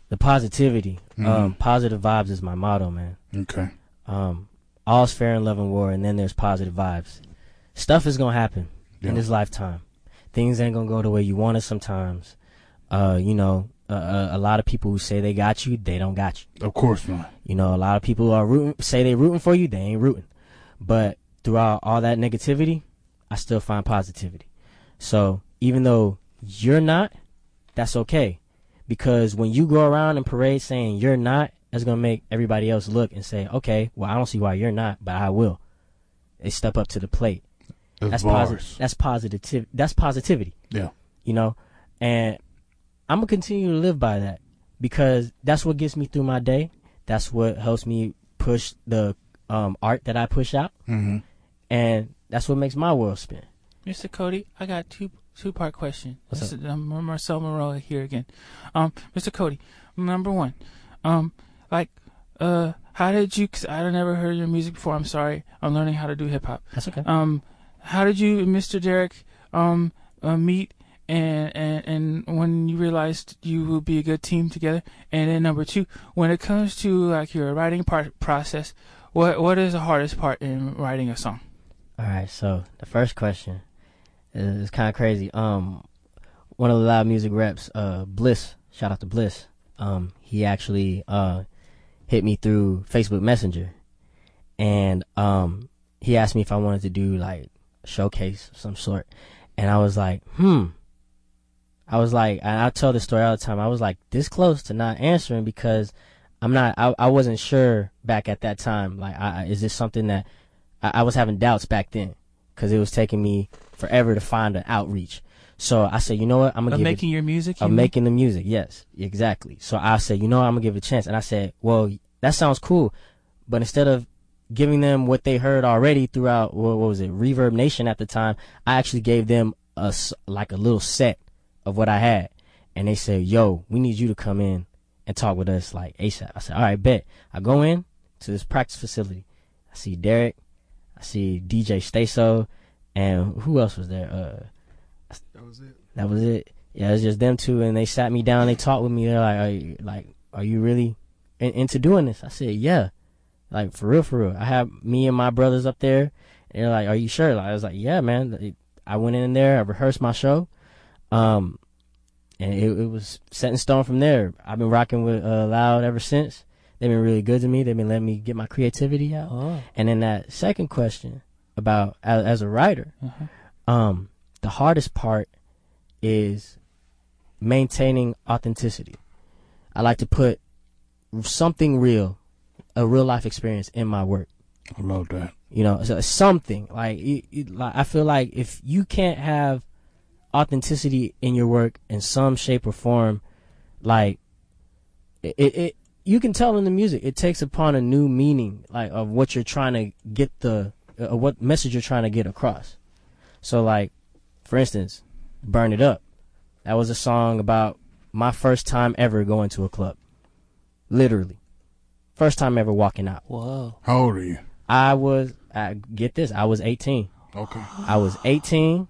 the positivity. Mm-hmm. Um, positive vibes is my motto, man. Okay. Um, all's fair in love and war, and then there's positive vibes. Stuff is gonna happen Yeah. in this lifetime. Things ain't gonna go the way you want it sometimes. Uh, you know, uh, uh, a lot of people who say they got you, they don't got you. Of course not. You know, a lot of people are rooting, say they rooting for you, they ain't rooting. But throughout all that negativity, I still find positivity. So even though you're not, that's okay. Because when you go around and parade saying you're not, that's going to make everybody else look and say, okay, well, I don't see why you're not, but I will. They step up to the plate. That's, That's positive. bars. That's positive. That's positivity yeah. you know and i'm gonna continue to live by that because that's what gets me through my day that's what helps me push the um, art that i push out hmm and that's what makes my world spin Mr. Cody, I got two two part question. What's This is- um, Marcel Moreau here again. Um, Mr. Cody, number one, um, like uh, how did you? Cause I never heard your music before. I'm sorry. I'm learning how to do hip hop. That's okay. Um, how did you, and Mr. Derek, um, uh, meet? And, and and when you realized you would be a good team together, and then number two, when it comes to like your writing part process, what what is the hardest part in writing a song? All right, so the first question is, kind of crazy. Um, one of the loud music reps, uh, Bliss, shout out to Bliss. Um, he actually uh hit me through Facebook Messenger, and um, he asked me if I wanted to do like a showcase of some sort, and I was like, hmm. I was like, and I tell this story all the time. I was like this close to not answering because I'm not. I, I wasn't sure back at that time. Like, I, I- is this something that I, I was having doubts back then because it was taking me forever to find an outreach. So I said, you know what? I'm gonna Of give it making your music, you of mean? making the music. Yes, exactly. So I said, you know, I'm gonna give it a chance, and I said, well, that sounds cool, but instead of giving them what they heard already throughout what, what was it, Reverb Nation at the time, I actually gave them a s- like a little set of what I had, and they said, yo, we need you to come in and talk with us like ASAP. I said, all right, bet. I go in to this practice facility. I see Derek, I see DJ Staso, and who else was there? Uh, that was it. Yeah, it was just them two, and they sat me down. They talked with me. They're like, are you, like, are you really in, into doing this? I said, yeah, like for real, for real. I have me and my brothers up there. And they're like, are you sure? Like, I was like, yeah, man. Like, I went in there. I rehearsed my show, um, and it, it was set in stone from there. I've been rocking with uh, Loud ever since. They've been really good to me. They've been letting me get my creativity out. And then that second question about as, as a writer, um, the hardest part is maintaining authenticity. I like to put something real, a real life experience in my work. I love that. You know, so something like, it, it, like I feel like if you can't have authenticity in your work in some shape or form, like it, it, it you can tell in the music, it takes upon a new meaning, like of what you're trying to get the, uh, what message you're trying to get across. So like, for instance, "Burn It Up," that was a song about my first time ever going to a club, literally, first time ever walking out. How old are you? I was I, get this. I was 18. Okay. I was 18.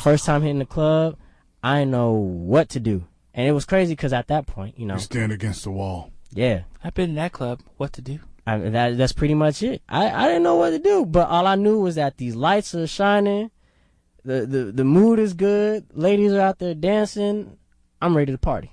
First time hitting the club. I didn't know what to do, and it was crazy because at that point, you know, You stand against the wall. yeah, I've been in that club. What to do? I, that that's pretty much it. I, I didn't know what to do, but all I knew was that these lights are shining, the the the mood is good, ladies are out there dancing. I'm ready to party.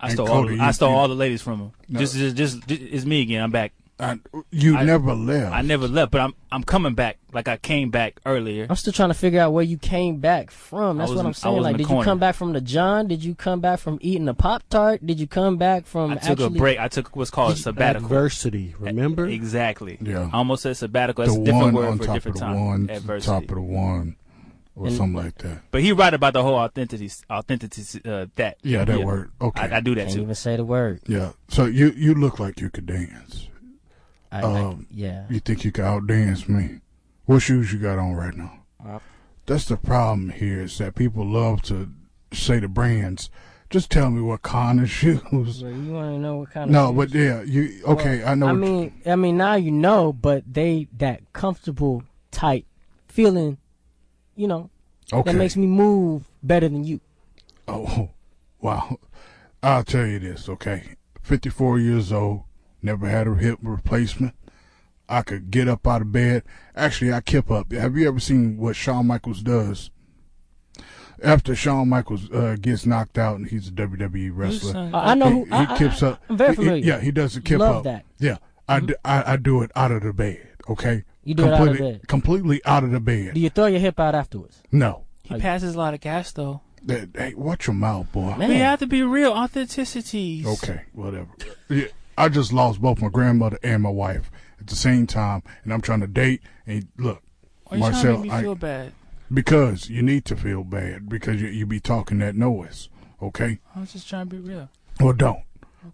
I And stole Cody, all. I you- stole you- all the ladies from him. No. Just, just, just, just- it's me again. I'm back. I, you I- never left. I never left, but I'm, I'm coming back. Like I came back earlier. I'm still trying to figure out where you came back from. I That's was what in- I I'm saying. was in Like, the did you corner. come back from the John? Did you come back from eating a Pop Tart? Did you come back from I took actually a break. I took what's Oh, called a sabbatical. E, Adversity, remember? Exactly. Yeah. I almost said sabbatical. the That's a different one word on for a top of different the time. one, Adversity. top of the one, or And- something like that. But he right about the whole authenticity, authenticity, uh, that. Yeah, that word. Okay. I, I do that Can't too. even say the word. Yeah. So you you look like you could dance. I, Um, I, yeah. You think you could outdance me? What shoes you got on right now? Uh, That's the problem here is that people love to say the brands. Just tell me what kind of [LAUGHS] shoes. So you want to know what kind No, of? but yeah, you okay? I know. I what- mean, I mean, now you know, but they that comfortable, tight feeling, you know, okay. that makes me move better than you. Oh, [LAUGHS] wow. I'll tell you this, okay? 54 years old, never had a hip replacement. I could get up out of bed. Actually, I kept up. Have you ever seen what Shawn Michaels does? After Shawn Michaels uh, gets knocked out and he's a WWE wrestler, son- I- I know he, who he I, I, keeps up. I'm very He- he- familiar. yeah, he does the kip Love up. that. Mm-hmm. Yeah, I, do, I, I do it out of the bed, okay? You do it out of Completely- bed. Completely out of the bed. Do you throw your hip out afterwards? no. He passes a lot of gas though. That- Hey, watch your mouth, boy. Man, We have to be real. Authenticity. Okay, [LAUGHS] whatever. Yeah, I just lost both my grandmother and my wife at the same time, and I'm trying to date. And look, Are you trying to Marcel, make me I- feel bad? because you need to feel bad because you, you be talking that noise. Okay, I'm just trying to be real. or don't.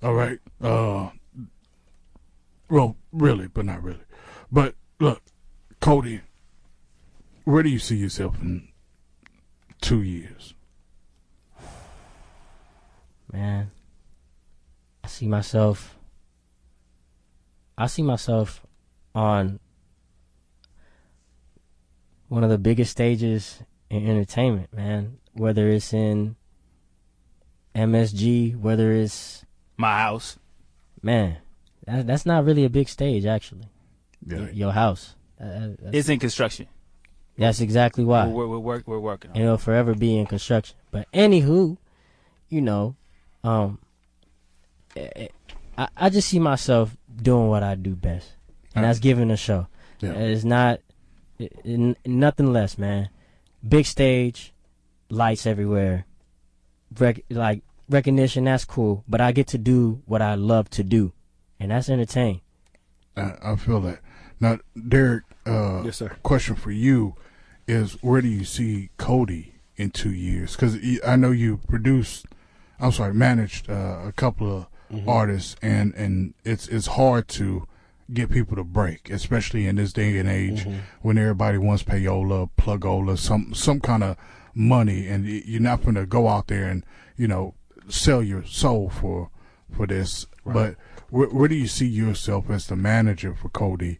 All right. Uh, well, really, but not really. But look, Cody, where do you see yourself in two years? man, I see myself I see myself on one of the biggest stages in entertainment, man. Whether it's in MSG, whether it's My house. man, that, that's not really a big stage actually. Yeah. Y- your house. That- that- that's, It's in construction. that's exactly why. We're, we're, work, we're working on it. it'll forever be in construction. But anywho, you know, um, I, I- I just see myself doing what I do best, and that's giving a show. Yeah. It's not it- it- nothing less, man. Big stage, lights everywhere, rec- like recognition. That's cool, but I get to do what I love to do, and that's entertain. I, I feel that. Now, Derek, uh, Yes, sir. question for you is where do you see Cody in two years? Because I know you produced, I'm sorry, managed uh, a couple of artists, and, and it's it's hard to get people to break, especially in this day and age when everybody wants payola, plugola, some some kind of money, and y- you're not going to go out there and you know sell your soul for for this. But where, where do you see yourself as the manager for Cody?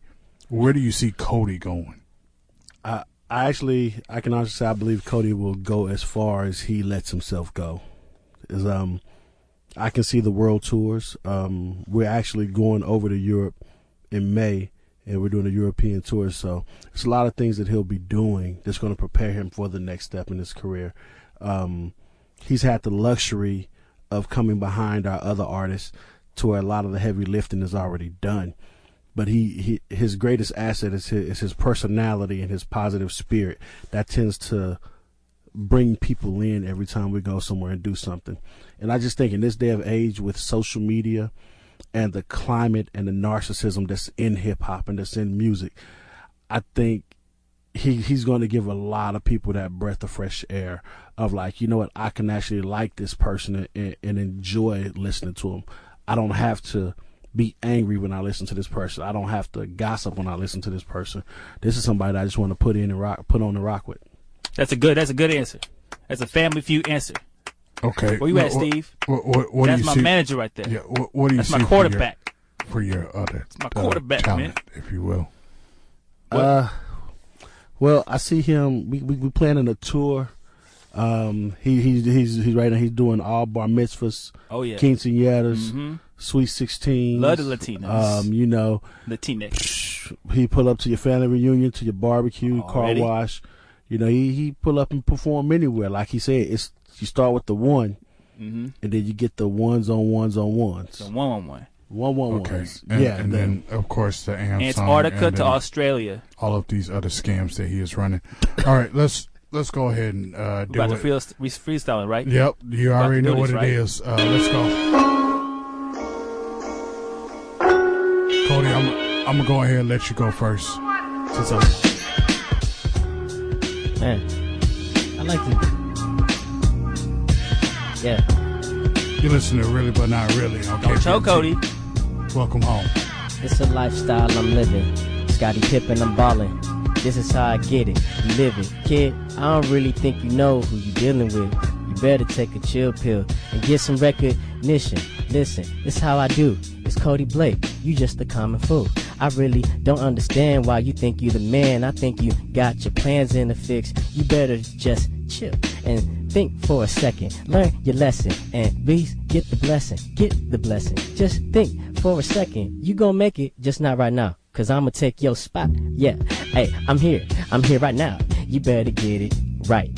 Where do you see Cody going? I, I actually, I can honestly say I believe Cody will go as far as he lets himself go. Is um, I can see the world tours. Um, we're actually going over to Europe in May, and we're doing a European tour. So it's a lot of things that he'll be doing that's going to prepare him for the next step in his career. Um, he's had the luxury of coming behind our other artists, to where a lot of the heavy lifting is already done but he, he his greatest asset is his, is his personality and his positive spirit that tends to bring people in every time we go somewhere and do something and i just think in this day of age with social media and the climate and the narcissism that's in hip-hop and that's in music i think he he's going to give a lot of people that breath of fresh air of like you know what I can actually like this person and, and enjoy listening to him. I don't have to be angry when I listen to this person. I don't have to gossip when I listen to this person. This is somebody that I just want to put in and rock, put on the rock with. That's a good, that's a good answer. That's a family feud answer. Okay, Where you at, Wha- Steve? wha- wha- what do that's you my see- manager right there. Yeah, what, what do you that's see my for your- quarterback. for your other my uh, quarterback, talent, if you will? Uh, well, I see him. We we, we planning a tour. Um, he he's he's he's right now. Hehe's doing all bar mitzvahs, Oh, yeah. quinceañeras, Mm-hmm. sweet sixteen. Love the Latinos. Um, you know, Latinx. he pull up to your family reunion, to your barbecue, Already? car wash. You know, he he pull up and perform anywhere. Like he said, it's you start with the one, Mm-hmm. and then you get the ones on ones on ones, So one on one. one one Okay, ones. and, yeah, and the- then of course the Am song, Antarctica and to then Australia. all of these other scams that he is running. All right, let's let's go ahead and uh, We do about to it. free, we freestyling, right? Yep, you about already to do know what this, it right? is. Uh, let's go. Cody, I'm, I'm gonna go ahead and let you go first. Since I'm, Man, I like to. Yeah. you listen to really, but not really. Okay, Don't choke, Cody. Welcome home. It's a lifestyle I'm living. Scotty Pippen, I'm ballin'. This is how I get it. You live it. Kid, I don't really think you know who you dealing with. You better take a chill pill and get some recognition. Listen, it's how I do. It's Cody Blake. You just a common fool. I really don't understand why you think you the man. I think you got your plans in a fix. You better just chill and think for a second. Learn your lesson and please get the blessing. Get the blessing. Just think for a second. You gonna make it, just not right now. Cause I'ma take your spot. Yeah. Hey, I'm here. I'm here right now. You better get it right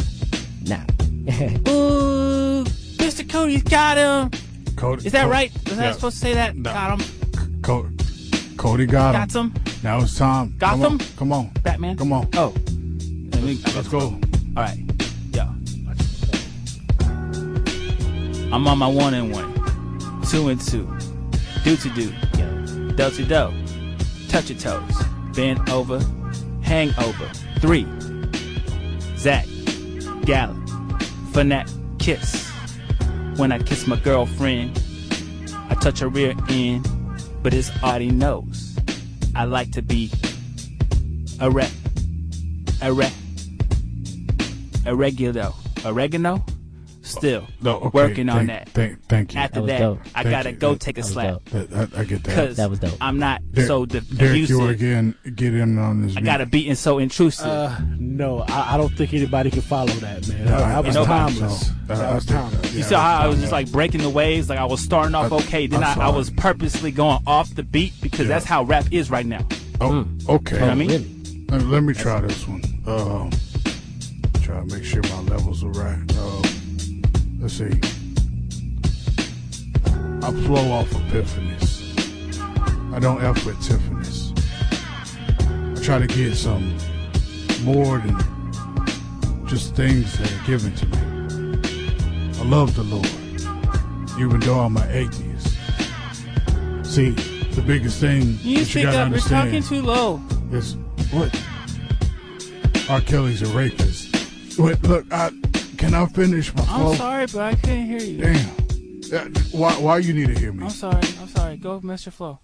now. [LAUGHS] Ooh, Mr. Cody's got him. Cody, Is that Co- right? Was I Oh, yeah. supposed to say that? No. Got him. Co- Cody got him. Got him. Now it's time. Got Come on. him? Come on. Batman. Come on. Oh. Let me- Let's go. All right. Yeah. I'm on my one and one, two and two, do to do, do to do, touch your toes, bend over, hang over, three, Zach, Gallup, Fanatic kiss. When I kiss my girlfriend, I touch her rear end, but it's already knows. I like to be a rep, a rep oregano, oregano, Still No, Oh, okay, working on thank- that. Thank, thank you. After was that, dope. I Thank gotta you. go That- take a that was slap dope. That- I, I get that. because That was dope. I'm not Derek, so Derek, you diffusive. again. Get in on this. I got a beating so intrusive. Uh, no, I, I don't think anybody can follow that, man. No, I, I I- was I- timeless. no, I- I, I was think- timeless. you yeah, saw how I I was know. just like breaking the waves, like I was starting off I- okay, then I I, I, saw was it. purposely going off the beat because Uh, Yeah. that's how rap is right now. Oh, okay. You know what I mean? Let, let me try this one. Um, try to make sure my levels are right. Um, let's see. I flow off epiphanies. I don't F with Tiffany's. I try to get some more than just things that are given to me. I love the Lord, even though I'm an atheist. See, the biggest thing You that you speak gotta up. You're understand talking too low. is what R. Kelly's a rapist. Wait, look, I can I finish my I'm flow? sorry, but I couldn't hear you. Damn. Uh, Why, why you need to hear me? I'm sorry. I'm sorry. Go, Mr. Flow.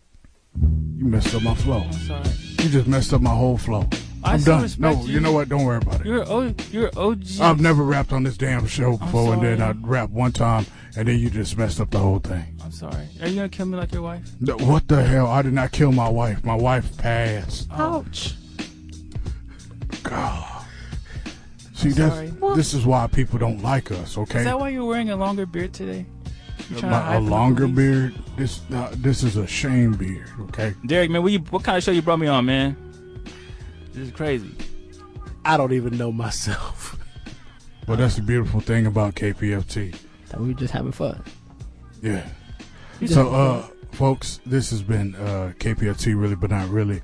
You messed up my flow. I'm sorry. You just messed up my whole flow. I am still done. respect No, you. you know what? Don't worry about it. You're o- you're OG. I've never rapped on this damn show before, and then I sorry. rapped one time, and then you just messed up the whole thing. I'm sorry. Are you gonna kill me like your wife? No, What the hell? I did not kill my wife. My wife passed. Ouch. God. See, that's, sorry. this is why people don't like us, okay? Is that why you're wearing a longer beard today? You trying Uh, to My, hide a from the longer police? beard. This uh, this is a shame beard. Okay. Derek, man, what, you, what kind of show you brought me on, man? This is crazy. I don't even know myself. Well, that's the beautiful thing about KPFT. Thought we were just having fun. Yeah. So, uh, folks, this has been uh, KPFT, really, but not really.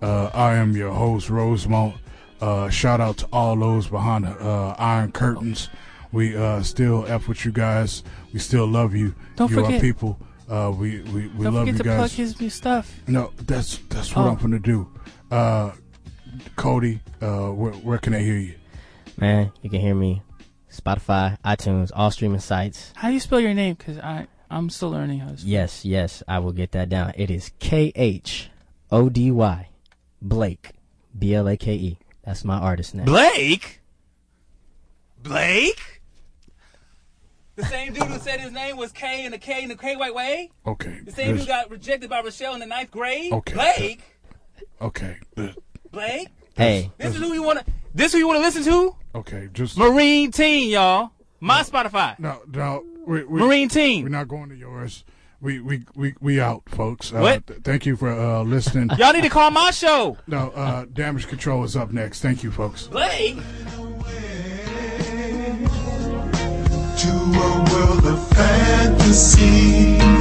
Uh, I am your host, Rosemont. Uh, shout out to all those behind the uh, iron curtains. We uh, still f with you guys. We still love you. Don't you forget- are people. Uh, we we, we Don't love forget you to guys. plug his new stuff. No, that's that's what Oh. I'm gonna do. Uh, Cody, uh, where, where can I hear you? Man, you can hear me. Spotify, iTunes, all streaming sites. How do you spell your name? Cause I I'm still learning how to. Spell. Yes, yes, I will get that down. It is K H O D Y Blake. B L A K E. That's my artist name. Blake? Blake? The same dude who said his name was K and the K and the K White Way? Okay. The same this- dude got rejected by Rochelle in the ninth grade? Okay. Blake? Okay. th- Blake? hey, This is who you wanna this who you wanna listen to? Okay. Just Marine Teen, y'all. My Spotify. no, no. We, we, Marine Teen. We're not going to yours. We we we, we out, folks. Uh, What? th- thank you for uh, listening. [LAUGHS] Y'all need to call my show. No, uh, damage control is up next. Thank you, folks. Blake? to a world of fantasy.